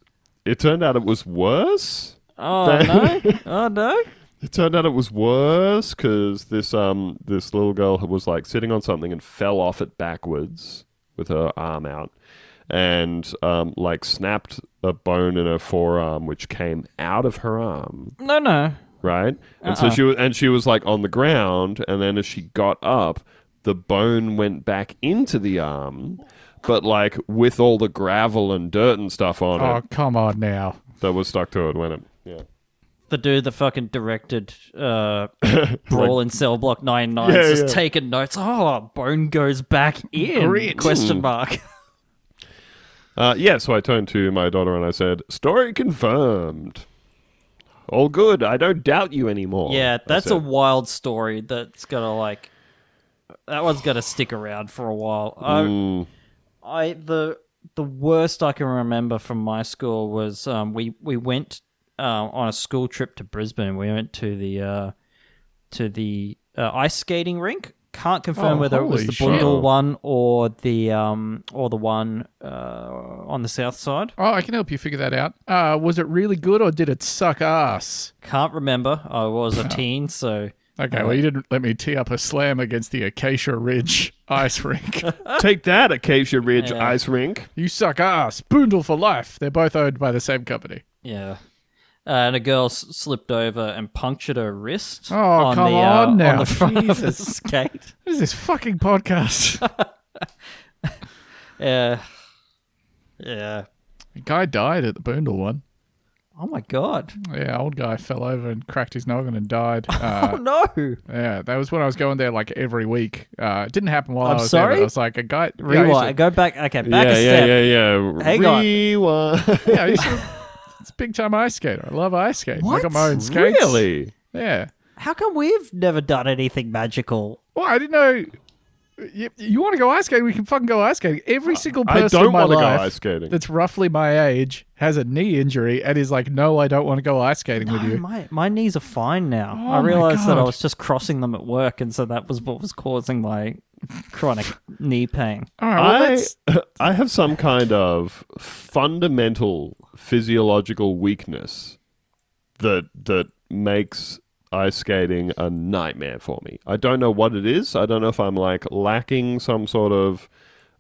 it turned out it was worse. Oh no! Oh no! It turned out it was worse because this um this little girl who was like sitting on something and fell off it backwards with her arm out, and um like snapped a bone in her forearm which came out of her arm No no! right? And so she wa- and she was like on the ground, and then as she got up, the bone went back into the arm, but like with all the gravel and dirt and stuff on Oh, it come on now. that was stuck to it when it. Yeah. The dude that fucking directed uh, Brawl in Cell Block 99 Yeah, is just yeah. taking notes. Oh, bone goes back in? Great. Question mark. Uh, yeah, so I turned to my daughter and I said, "Story confirmed. All good. I don't doubt you anymore." Yeah, I that's a said. wild story that's gonna like that one's gonna stick around for a while. I, I the the worst I can remember from my school was um, we we went uh, on a school trip to Brisbane. We went to the uh, to the uh, ice skating rink. Can't confirm Oh, whether it was holy the shit. Bundle one or the um or the one uh, on the south side. Oh, I can help you figure that out. Uh, was it really good or did it suck ass? Can't remember. I was a teen, so Okay, well, you Uh. didn't let me tee up a slam against the Acacia Ridge ice rink. Take that, Acacia Ridge Yeah. Ice Rink. you suck ass. Boondle for life. They're both owned by the same company. Yeah. Uh, and a girl s- slipped over and punctured her wrist Oh, on, come the, on uh, now. on the front of the skate. What is this fucking podcast? Yeah. Yeah. a guy died at the Boondle one. Oh my god. Yeah, old guy fell over and cracked his noggin and died. Uh, Oh no. yeah, that was when I was going there like every week. Uh, it didn't happen while I'm I was there. sorry? But I was like a guy. yeah, I used Rewind. to- Go back. Okay, back yeah, a step. yeah, yeah, yeah. Hang on. Rewind. Yeah, I used to- it's a big time ice skater. I love ice skating. I got What? my own skates. really? Yeah. How come we've never done anything magical? Well, I didn't know. You, you want to go ice skating? We can fucking go ice skating. Every single I person don't in my wanna go life ice skating. that's roughly my age has a knee injury and is like, no, I don't want to go ice skating with Oh, you. my my knees are fine now. Oh, I my realized that I God. was just crossing them at work, and so that was what was causing my chronic knee pain. All right, well, I, let's- I have some kind of fundamental physiological weakness that that makes ice skating a nightmare for me. I don't know what it is. I don't know if I'm like lacking some sort of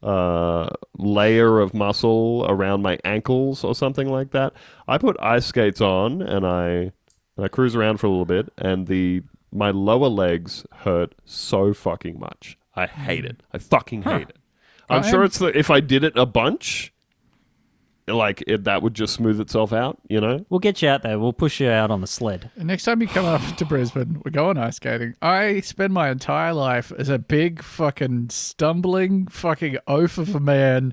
uh, layer of muscle around my ankles or something like that. I put ice skates on and I and I cruise around for a little bit and the my lower legs hurt so fucking much. I Hmm. hate it. I fucking hate it. I'm I sure am- it's the, if I did it a bunch, like it, that would just smooth itself out, you know? We'll get you out there. We'll push you out on the sled. And Next time you come up to Brisbane, we're going ice skating. I spend my entire life as a big fucking stumbling fucking oaf of a man.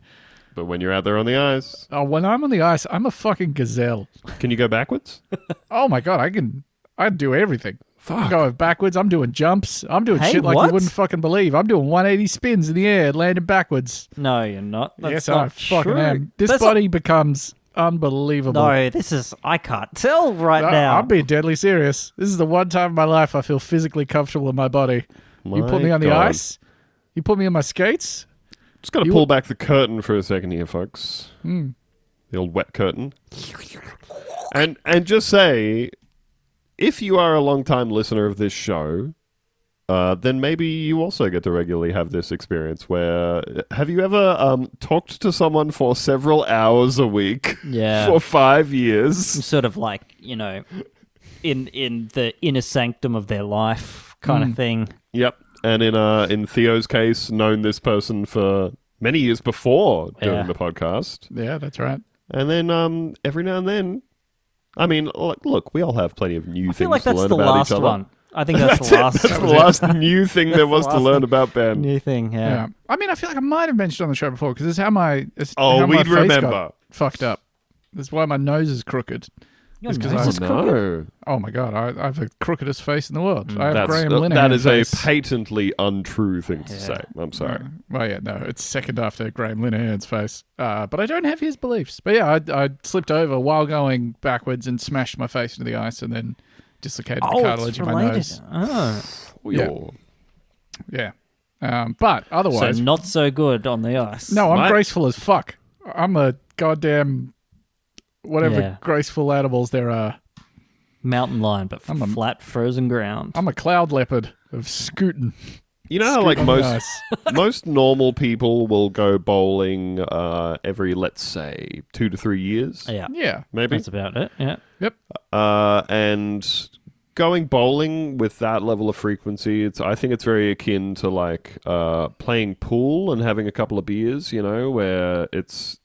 But when you're out there on the ice, Oh, when I'm on the ice, I'm a fucking gazelle. can you go backwards? Oh my god, I can I do everything. I'm going backwards. I'm doing jumps. I'm doing Hey, shit like what? you wouldn't fucking believe. I'm doing 180 spins in the air, landing backwards. No, you're not. That's yes, not I fucking true. am. This That's body becomes unbelievable. not- no, this is. I can't tell right I- now. I'm being deadly serious. This is the one time in my life I feel physically comfortable in my body. you put My me on the God. ice. You put me on my skates. Just got to You- pull back the curtain for a second here, folks. Hmm. The old wet curtain. And and just say, if you are a long time listener of this show, uh, then maybe you also get to regularly have this experience. Where uh, have you ever um, talked to someone for several hours a week Yeah. for five years? sort of like you know, in in the inner sanctum of their life, kind Hmm. of thing. Yep. And in uh, in Theo's case, known this person for many years before doing Yeah. the podcast. Yeah, that's right. And then um, every now and then, I mean, look, look we all have plenty of new I things feel like to that's learn the about last each other. one. I think that's, the last. That's the last new thing there was the to last learn thing. about Ben. new thing. Yeah. Yeah. I mean, I feel like I might have mentioned on the show before because it's how my it's Oh, how my we'd face got remember. fucked up. That's why my nose is crooked. Your It's 'cause nose I- is crooked. No, Oh my god, I, I have the crookedest face in the world. I have that's, Graham uh, Linehan. that is a face. Uh, Mm. patently untrue thing to Yeah. say. I'm sorry. Well, yeah, no, it's second after Graham Linehan's face. Uh, but I don't have his beliefs. But yeah, I, I slipped over while going backwards and smashed my face into the ice and then dislocated the Oh, cartilage it's in my related. nose. Oh. Yeah. You're- Yeah. Um, but So otherwise, not so good on the ice. no, I'm Mate. graceful as fuck. I'm a goddamn whatever Yeah. graceful animals there are. mountain lion, but from I'm a- flat frozen ground. I'm a cloud leopard of scootin'. You know how like on the most ice. most normal people will go bowling uh, every let's say two to three years, yeah, Yeah. maybe that's about it. Yeah, Yep. uh, and going bowling with that level of frequency it's i think it's very akin to like uh, playing pool and having a couple of beers you know where it's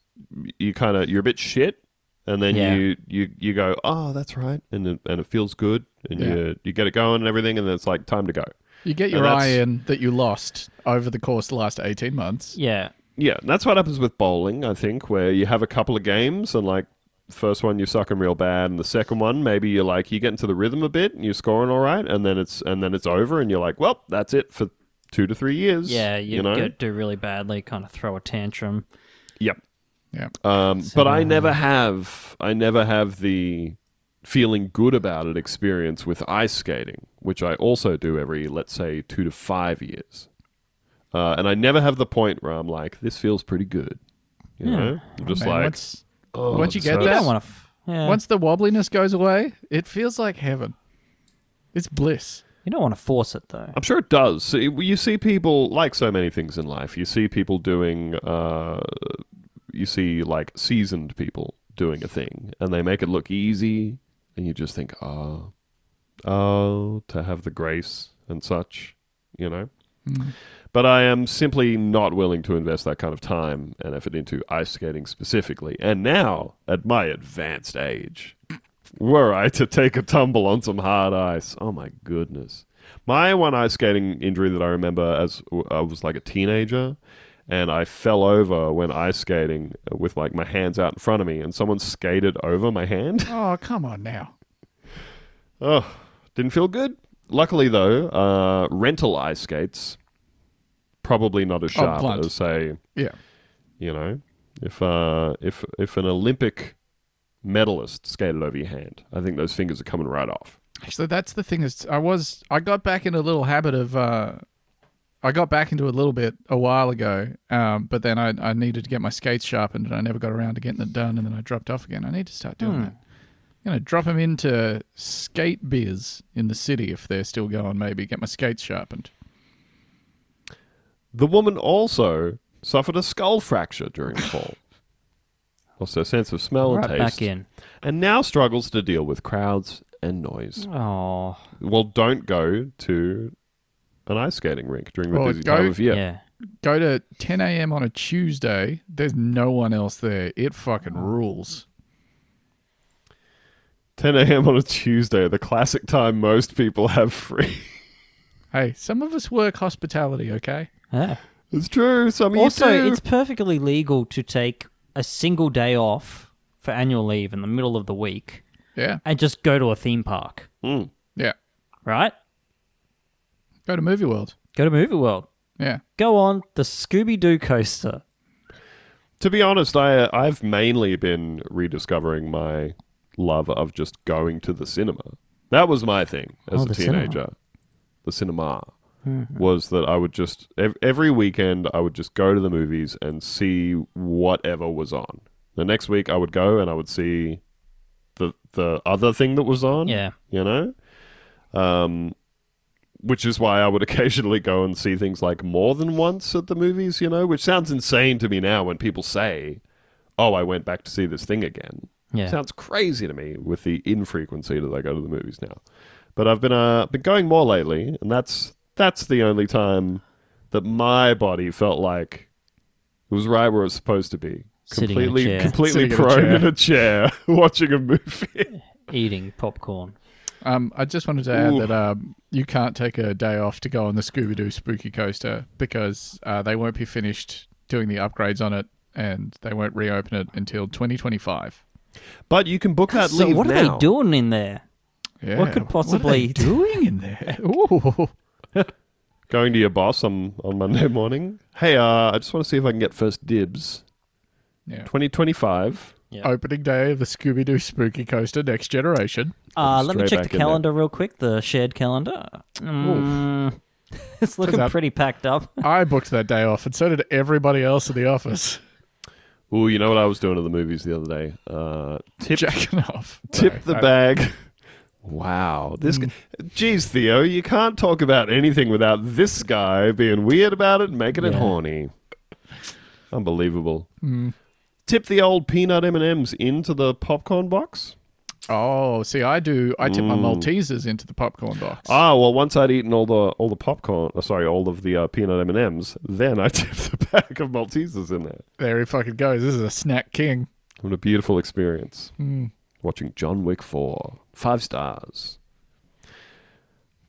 you kind of you're a bit shit and then Yeah. you, you you go oh that's right and it, and it feels good and Yeah. you you get it going and everything and then it's like time to go You get your that's- eye in that you lost over the course of the last 18 months. yeah. yeah and that's what happens with bowling i think where you have a couple of games and like first one you're sucking real bad and the second one maybe you're like you get into the rhythm a bit and you're scoring all right and then it's and then it's over and you're like well that's it for two to three years Yeah, you, you know go- do really badly, kind of throw a tantrum. yep Yeah. um, but i never have i never have the feeling good about it experience with ice skating which i also do every let's say two to five years uh, and i never have the point where i'm like this feels pretty good you know I'm just Man, like "Oh, once, once you this get hurts. You that, don't want to. F- yeah, once the wobbliness goes away, it feels like heaven. It's bliss. you don't want to force it though. I'm sure it does. So, it- You see people like so many things in life. You see people doing, uh, you see like seasoned people doing a thing, and they make it look easy, and you just think, oh, oh, to have the grace and such, you know. But I am simply not willing to invest that kind of time and effort into ice skating specifically. And now, at my advanced age, were I to take a tumble on some hard ice, oh my goodness. My one ice skating injury that I remember as I was like a teenager, and I fell over when ice skating with like my hands out in front of me, and someone skated over my hand. Oh, come on now. Oh, didn't feel good. Luckily, though, uh, rental ice skates probably not as Oh, sharp blunt. as say, Yeah. you know, if uh, if if an Olympic medalist skated over your hand, I think those fingers are coming right off. So that's the thing is I was I got back in a little habit of uh I got back into it a little bit a while ago, um, but then I, I needed to get my skates sharpened and I never got around to getting it done and then I dropped off again. I need to start doing that. You know, drop them into skate beers in the city if they're still going, maybe get my skates sharpened. The woman also suffered a skull fracture during the fall. Lost her sense of smell right and taste, back in. and now struggles to deal with crowds and noise. Oh, Well, don't go to an ice skating rink during the Well, busy go- time of year. yeah. go to 10 a.m. on a Tuesday. There's no one else there. It fucking rules. 10 a.m. on a Tuesday, the classic time most people have free. Hey, some of us work hospitality, okay? Yeah. it's true. Some of Also, you do. it's perfectly legal to take a single day off for annual leave in the middle of the week Yeah, and just go to a theme park, Hmm. yeah. right? Go to Movie World. Go to Movie World. Yeah. Go on the Scooby Doo coaster. To be honest, I I've mainly been rediscovering my love of just going to the cinema. That was my thing as Oh, a the cinema. Mm-hmm. teenager. The cinema was that I would just ev- every weekend I would just go to the movies and see whatever was on. The next week I would go and I would see the the other thing that was on. Yeah. you know. Um, which is why I would occasionally go and see things like more than once at the movies, you know, which sounds insane to me now when people say, oh, I went back to see this thing again. Yeah. Sounds crazy to me with the infrequency that I go to the movies now. But I've been uh, been going more lately, and that's that's the only time that my body felt like it was right where it was supposed to be. Sitting in a completely chair. Sitting completely in a prone chair. in a chair watching a movie. Eating popcorn. Um, I just wanted to add Ooh. that um, you can't take a day off to go on the Scooby Doo Spooky Coaster because uh, they won't be finished doing the upgrades on it and they won't reopen it until 2025. But you can book that So leave what are now. they doing in there? Yeah. What could possibly- what are they doing in there? Ooh. going to your boss on, on Monday morning. Hey, uh, I just want to see if I can get first dibs. Yeah. 2025. Yeah. Opening day of the Scooby Doo Spooky Coaster Next Generation. Uh, let me check straight back the in there. calendar real quick. The shared calendar. Mm, it's looking that- pretty packed up. I booked that day off, and so did everybody else in the office. Ooh, you know what I was doing at the movies the other day? Uh, tip Jacking off. tip the Sorry, I- bag. Wow, this Hmm. guy, geez, Theo, you can't talk about anything without this guy being weird about it and making it Yeah. Hmm. horny. Unbelievable. Tip the old peanut M and M's into the popcorn box. Oh, see, I do. I tip my Maltesers into the popcorn box. Ah, well, once I'd eaten all the all the popcorn, uh, sorry, all of the uh, peanut M and M's, then I tipped the bag of Maltesers in there. there he fucking goes. This is a snack king. Hmm. What a beautiful experience. Watching John Wick 4. Five stars.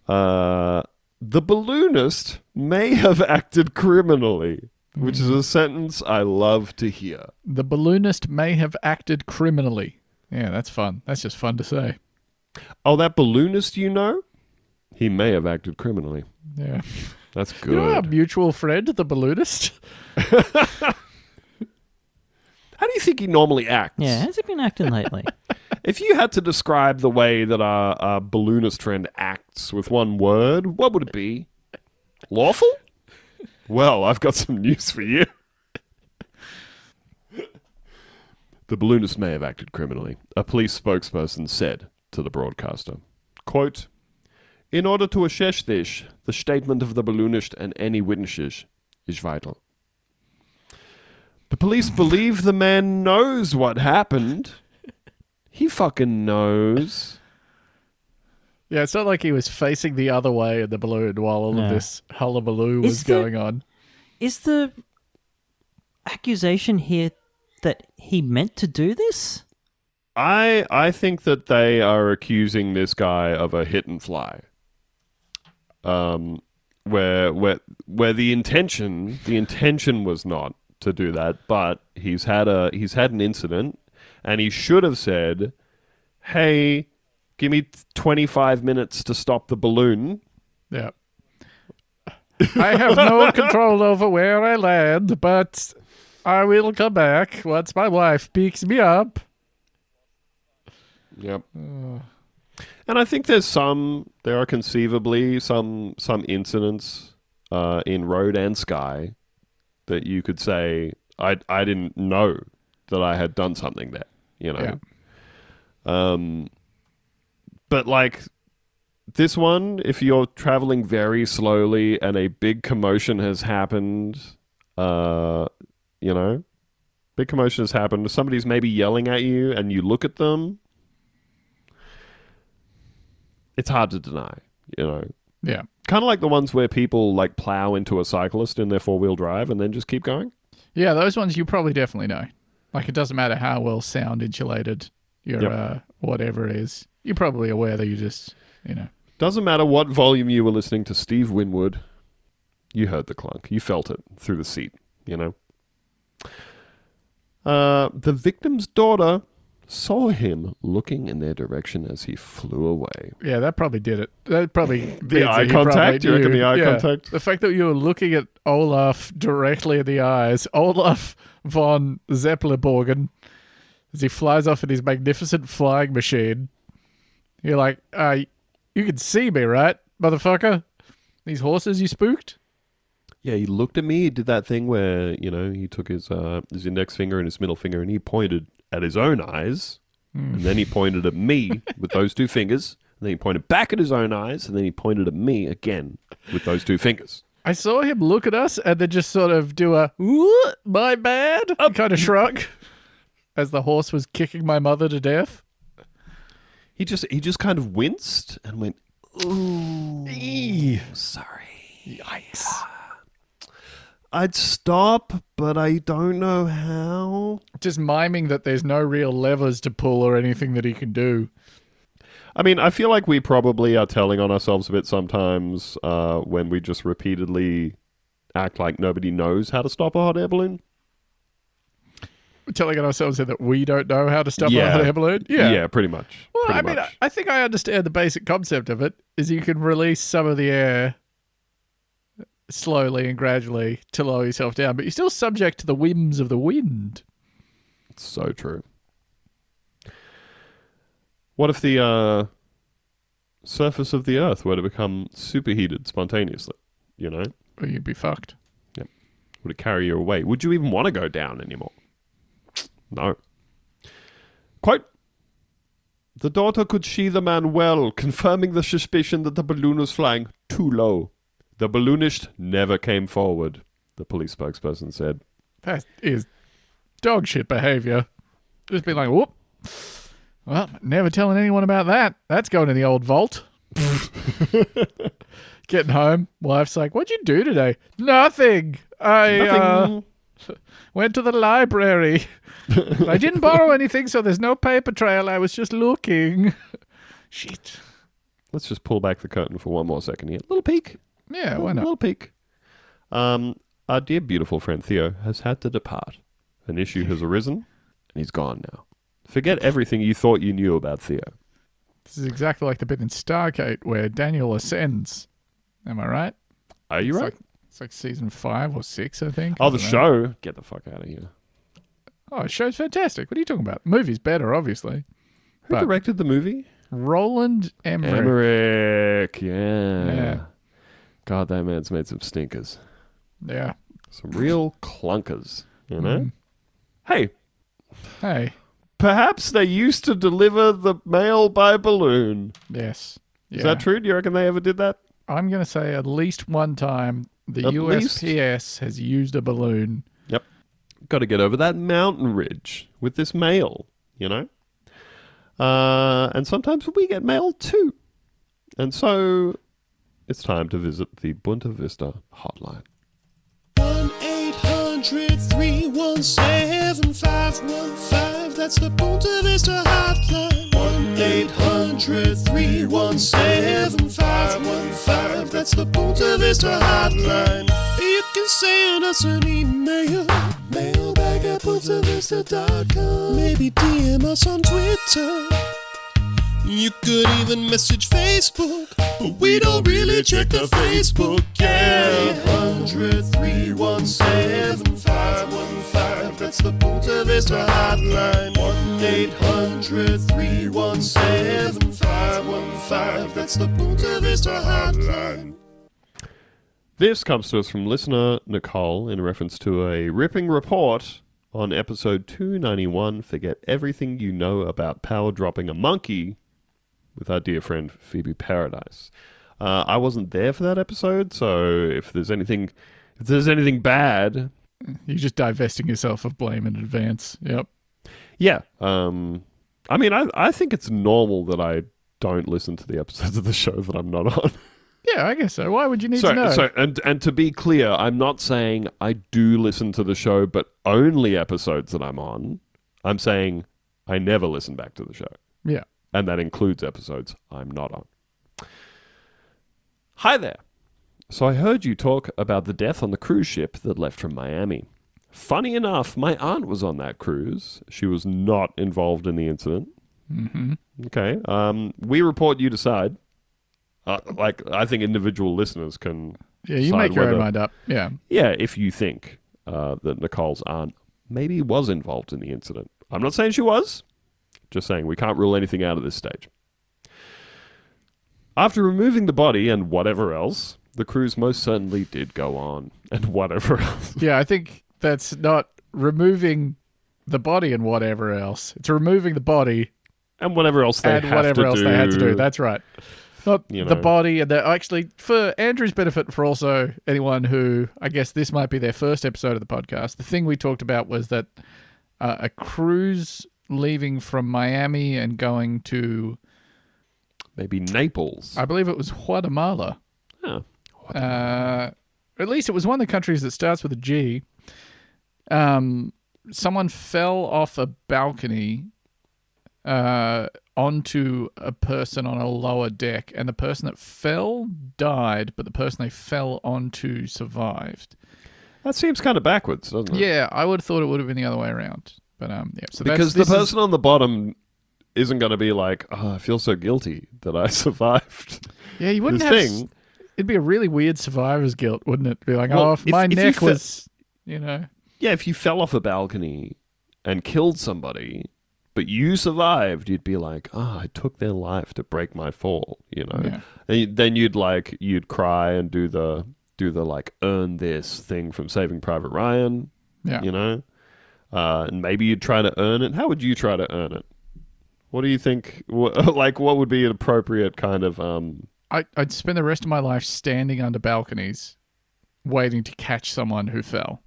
Uh, the balloonist may have acted criminally, which Hmm. is a sentence I love to hear. The balloonist may have acted criminally. Yeah, that's fun. That's just fun to say. Oh, that balloonist you know? He may have acted criminally. Yeah. That's good. You know um, our mutual friend, the balloonist? How do you think he normally acts? Yeah, how's it been acting lately? If you had to describe the way that our, our balloonist friend acts with one word, what would it be? Lawful? Well, I've got some news for you. the balloonist may have acted criminally, a police spokesperson said to the broadcaster. Quote In order to assess this, the statement of the balloonist and any witnesses is vital. The police believe the man knows what happened. He fucking knows. Yeah, it's not like he was facing the other way in the balloon while all No. of this hullabaloo Is was there- going on. Is the accusation here that he meant to do this? I I think that they are accusing this guy of a hit and fly. Um where where where the intention the intention was not to do that, but he's had a he's had an incident and he should have said, "Hey, give me 25 minutes to stop the balloon." Yeah. I have no control over where I land, but I will come back once my wife picks me up. Yep. Uh, And I think there's some, there are conceivably some some incidents uh, in road and sky that you could say I I didn't know that I had done something there. You know. Um, but like this one, if you're traveling very slowly and a big commotion has happened, uh, you know, big commotion has happened. Somebody's maybe yelling at you, and you look at them. It's hard to deny, you know. Yeah. Kind of like the ones where people like plow into a cyclist in their four wheel drive and then just keep going. Yeah, those ones you probably definitely know. Like it doesn't matter how well sound insulated your Yep. uh, whatever it is, you're probably aware that you just you know. Doesn't matter what volume you were listening to Steve Winwood, you heard the clunk. You felt it through the seat, you know. Uh, the victim's daughter saw him looking in their direction as he flew away. Yeah, that probably did it. That probably beats it. eye He contact? probably Do you reckon knew. the eye Yeah. contact? The fact that you were looking at Olaf directly in the eyes, Olaf von Zeppelborgen, as he flies off in his magnificent flying machine. You're like, uh, you can see me, right, motherfucker? These horses you spooked? Yeah, he looked at me, he did that thing where, you know, he took his uh, his index finger and his middle finger and he pointed at his own eyes. And then he pointed at me with those two fingers. And then he pointed back at his own eyes. And then he pointed at me again with those two fingers. I saw him look at us and then just sort of do a "Ooh, my bad kind of shrug as the horse was kicking my mother to death. He just he just kind of winced and went, "Ooh, sorry." Yikes. I'd stop, but I don't know how. Just miming that there's no real levers to pull or anything that he can do. I mean, I feel like we probably are telling on ourselves a bit sometimes uh, when we just repeatedly act like nobody knows how to stop a hot air balloon. We're telling ourselves here that we don't know how to stop a Yeah. hot air balloon. Yeah. yeah, pretty much. Well, pretty I mean, I, much. I think I understand the basic concept of it is you can release some of the air slowly and gradually to lower yourself down, but you're still subject to the whims of the wind. It's so true. What if the uh, surface of the Earth were to become superheated spontaneously? You know, Or you'd be fucked. would it carry you away? Would you even want to go down anymore? No. Quote The daughter could see the man well, confirming the suspicion that the balloon was flying too low. The balloonist never came forward, the police spokesperson said. That is dog shit behavior. Just be like, whoop. Well, never telling anyone about that. That's going in the old vault. Getting home, wife's like, "What'd you do today?" Nothing. I Uh, went to the library. I didn't borrow anything, so there's no paper trail. I was just looking. shit. Let's just pull back the curtain for one more second here. Little peek. Yeah, why not? Little peek. Um, our dear beautiful friend Theo has had to depart. An issue has arisen, and he's gone now. Forget everything you thought you knew about Theo. This is exactly like the bit in Stargate where Daniel ascends. Am I right? Are you It's right? like- it's like season five or six, I think. I oh, the don't know. show. Get the fuck out of here. Oh, the show's fantastic. What are you talking about? The movie's better, obviously. Who But- directed the movie? Roland Emmerich. Emmerich. Yeah. Yeah. God, that man's made some stinkers. Yeah. Mm. Some real clunkers. You know? Hey, Hey. perhaps they used to deliver the mail by balloon. Yes. Is Yeah. that true? Do you reckon they ever did that? I'm going to say at least one time the At least- USPS has used a balloon. got to get over that mountain ridge with this mail, you know? Uh, and sometimes we get mail too. And so it's time to visit the Bunta Vista hotline. 1 800 317 515. That's the Punta Vista hotline. 1 800 317 515. That's the Punta Vista hotline. You can send us an email. Mailbag at puntavista.com. Maybe DM us on Twitter. You could even message Facebook, but we don't really check the Facebook. Yeah, 800 317 515. That's the Punta Vista hotline. 1 800 317 515. That's the Punta Vista hotline. This comes to us from listener Nicole in reference to a ripping report on episode 291 Forget Everything You Know About Power Dropping a Monkey with our dear friend Phoebe Paradise. Uh, I wasn't there for that episode, so if there's anything if there's anything bad, You're just divesting yourself of blame in advance. Yep. Yeah. Um, I mean, I I think it's normal that I don't listen to the episodes of the show that I'm not on. Yeah, I guess so. Why would you need So, to know? so and and to be clear, I'm not saying I do listen to the show, but only episodes that I'm on. I'm saying I never listen back to the show, yeah. and that includes episodes I'm not on. Hi there. So I heard you talk about the death on the cruise ship that left from Miami. Funny enough, my aunt was on that cruise. She was not involved in the incident. Mm-hmm. Okay. Um, we report. You decide. Uh, like I think individual listeners can. Yeah, you decide make your own whether- mind up. Yeah. Yeah, if you think uh, that Nicole's aunt maybe was involved in the incident, I'm not saying she was. Just saying we can't rule anything out at this stage. After removing the body and whatever else, the cruise most certainly did go on and whatever else. Yeah, I think that's not removing the body and whatever else. It's removing the body And whatever else they and have whatever to else do. they had to do. That's right. Not You the know. body and the actually for Andrew's benefit for also anyone who I guess this might be their first episode of the podcast. The thing we talked about was that uh, a cruise leaving from Miami and going to Maybe Naples. I believe it was Guatemala. Yeah. uh, at least it was one of the countries that starts with a G. Um, someone fell off a balcony uh, onto a person on a lower deck, and the person that fell died, but the person they fell onto survived. That seems kind of backwards, doesn't it? Yeah, I would have thought it would have been the other way around, but um, yeah. So that's- because the this is- person on the bottom isn't going to be like, oh, I feel so guilty that I survived. yeah, you wouldn't the have. s- thing- It'd be a really weird survivor's guilt, wouldn't it? Be like, Well, oh, if if- my if you neck fe- was, you know, Yeah, if you fell off a balcony and killed somebody, but you survived, you'd be like, "Ah, I took their life to break my fall," you know. Yeah. And you- then you'd like you'd cry and do the do the like earn this thing from Saving Private Ryan, yeah. you know. Uh, and maybe you'd try to earn it. How would you try to earn it? What do you think? wha- like, what would be an appropriate kind of? Um, I, I'd spend the rest of my life standing under balconies, waiting to catch someone who fell.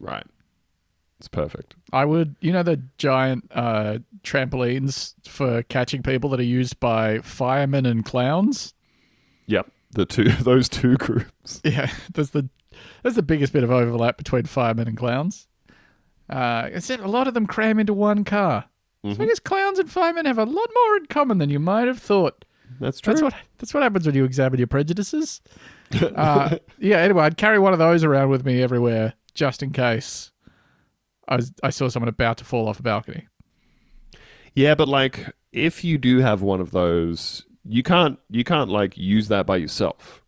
right. It's perfect. I would, you know, the giant uh, trampolines for catching people that are used by firemen and clowns. Yep. The two those two groups. Yeah, that's the that's the biggest bit of overlap between firemen and clowns. Uh, except a lot of them cram into one car. So I guess clowns and firemen have a lot more in common than you might have thought. That's true. That's what that's what happens when you examine your prejudices. uh, yeah. Anyway, I'd carry one of those around with me everywhere just in case I was, I saw someone about to fall off a balcony. Yeah, but like if you do have one of those, you can't you can't like use that by yourself.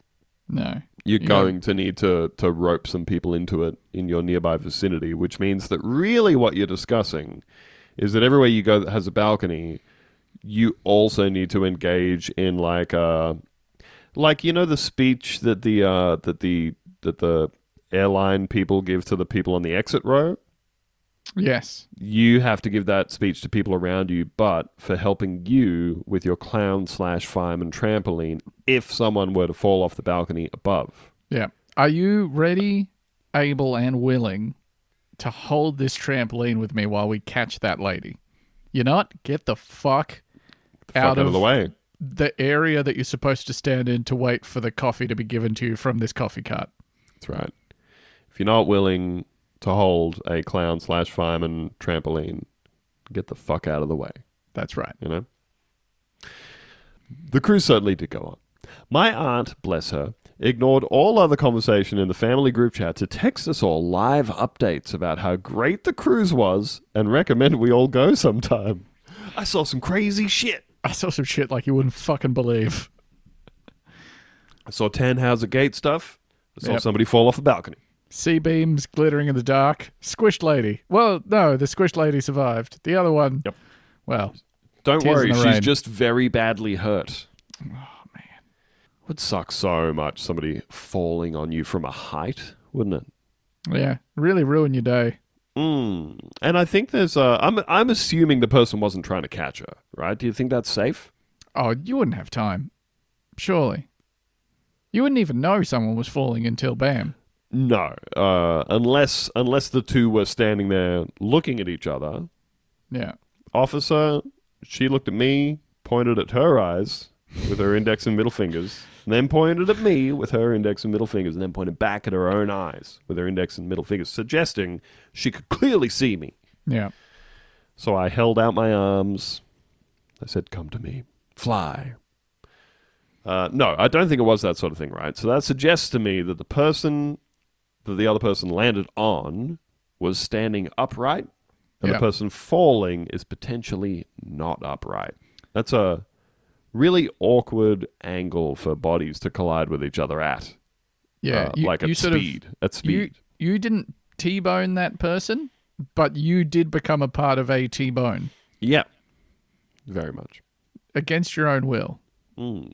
No. You're Yeah. going to need to to rope some people into it in your nearby vicinity, which means that really what you're discussing is that everywhere you go that has a balcony, you also need to engage in like a like you know the speech that the uh that the that the airline people give to the people on the exit row? Yes. you have to give that speech to people around you, but for helping you with your clown slash fireman trampoline if someone were to fall off the balcony above. Yeah. Are you ready, able, and willing to hold this trampoline with me while we catch that lady? You're not. Get the fuck Fuck out of, the way. the area that you're supposed to stand in to wait for the coffee to be given to you from this coffee cart. That's right. If you're not willing to hold a clown slash fireman trampoline, get the fuck out of the way. That's right. you know. The cruise certainly did go on. My aunt, bless her, ignored all other conversation in the family group chat to text us all live updates about how great the cruise was and recommend we all go sometime. I saw some crazy shit. I saw some shit like you wouldn't fucking believe. I saw Tannhauser Gate stuff. I saw Yep. somebody fall off a balcony. Sea beams glittering in the dark. Squished lady. Well, no, the squished lady survived. The other one. Yep. Well, Don't Tears in worry, the she's rain. just very badly hurt. Oh man. Would suck so much somebody falling on you from a height, wouldn't it? yeah, really ruin your day. Mm. And I think there's. Uh, I'm I'm assuming the person wasn't trying to catch her, right? Do you think that's safe? Oh, you wouldn't have time. Surely. You wouldn't even know someone was falling until bam. No, uh, unless unless the two were standing there looking at each other. Yeah. Officer, she looked at me, pointed at her eyes, with her index and middle fingers, and then pointed at me with her index and middle fingers, and then pointed back at her own eyes with her index and middle fingers, suggesting she could clearly see me. Yeah. So I held out my arms. I said, Come to me. Fly. Uh, no, I don't think it was that sort of thing, right? So that suggests to me that the person that the other person landed on was standing upright, and Yeah. the person falling is potentially not upright. That's a really awkward angle for bodies to collide with each other at. Yeah. uh, like at speed. at speed. You, you didn't T bone that person, but you did become a part of a T bone yeah. Very much. against your own will. Hmm.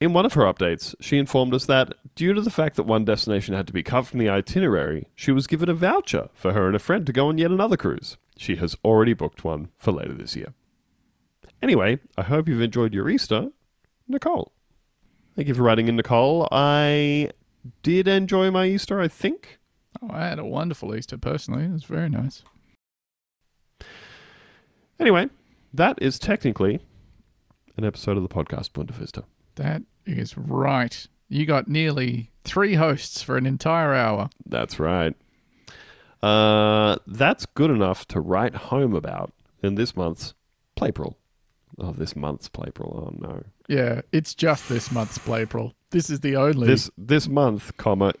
In one of her updates, she informed us that, due to the fact that one destination had to be cut from the itinerary, she was given a voucher for her and a friend to go on yet another cruise. She has already booked one for later this year. Anyway, I hope you've enjoyed your Easter, Nicole. Thank you for writing in, Nicole. I did enjoy my Easter, I think. Oh, I had a wonderful Easter personally. It was very nice. Anyway, that is technically an episode of the podcast Bunta Vista. That is right. You got nearly three hosts for an entire hour. That's right. Uh, that's good enough to write home about in this month's Playpril. Oh, this month's Playpril. Oh no. Yeah, it's just this month's Playpril. This is the only. This this month, comma,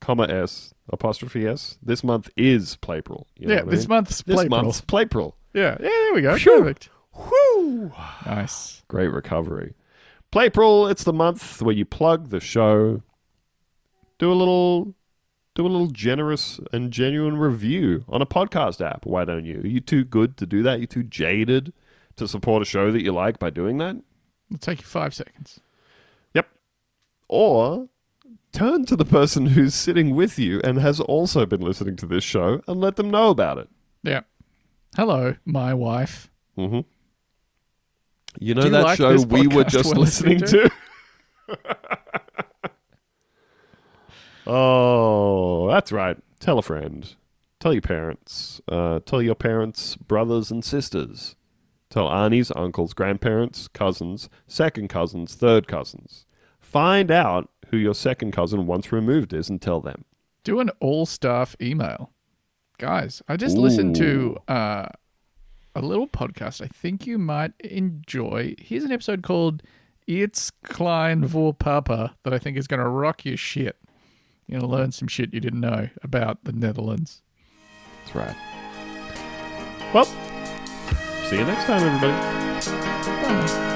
comma s apostrophe s. This month is Playpril. You know yeah, what I this mean? month's This Playpril. month's Playpril. Yeah, yeah, there we go. Phew. Perfect. Whoo! Nice. Great recovery. Playpril. It's the month where you plug the show. Do a little. Do a little generous and genuine review on a podcast app. Why don't you? Are you too good to do that? You're too jaded to support a show that you like by doing that? It'll take you five seconds. Yep. Or turn to the person who's sitting with you and has also been listening to this show and let them know about it. Yeah. Hello, my wife. Mm-hmm. You know Do you that like show this we were podcast just we're listening listening to? oh, that's right. Tell a friend. Tell your parents. Uh, tell your parents, brothers, and sisters. Tell aunties, uncles, grandparents, cousins, second cousins, third cousins. Find out who your second cousin once removed is and tell them. Do an all staff email. Guys, I just listened to uh, a little podcast I think you might enjoy. Here's an episode called It's Klein vor Papa that I think is going to rock your shit. You're going to learn some shit you didn't know about the Netherlands. That's right. Well, see you next time, everybody. Bye.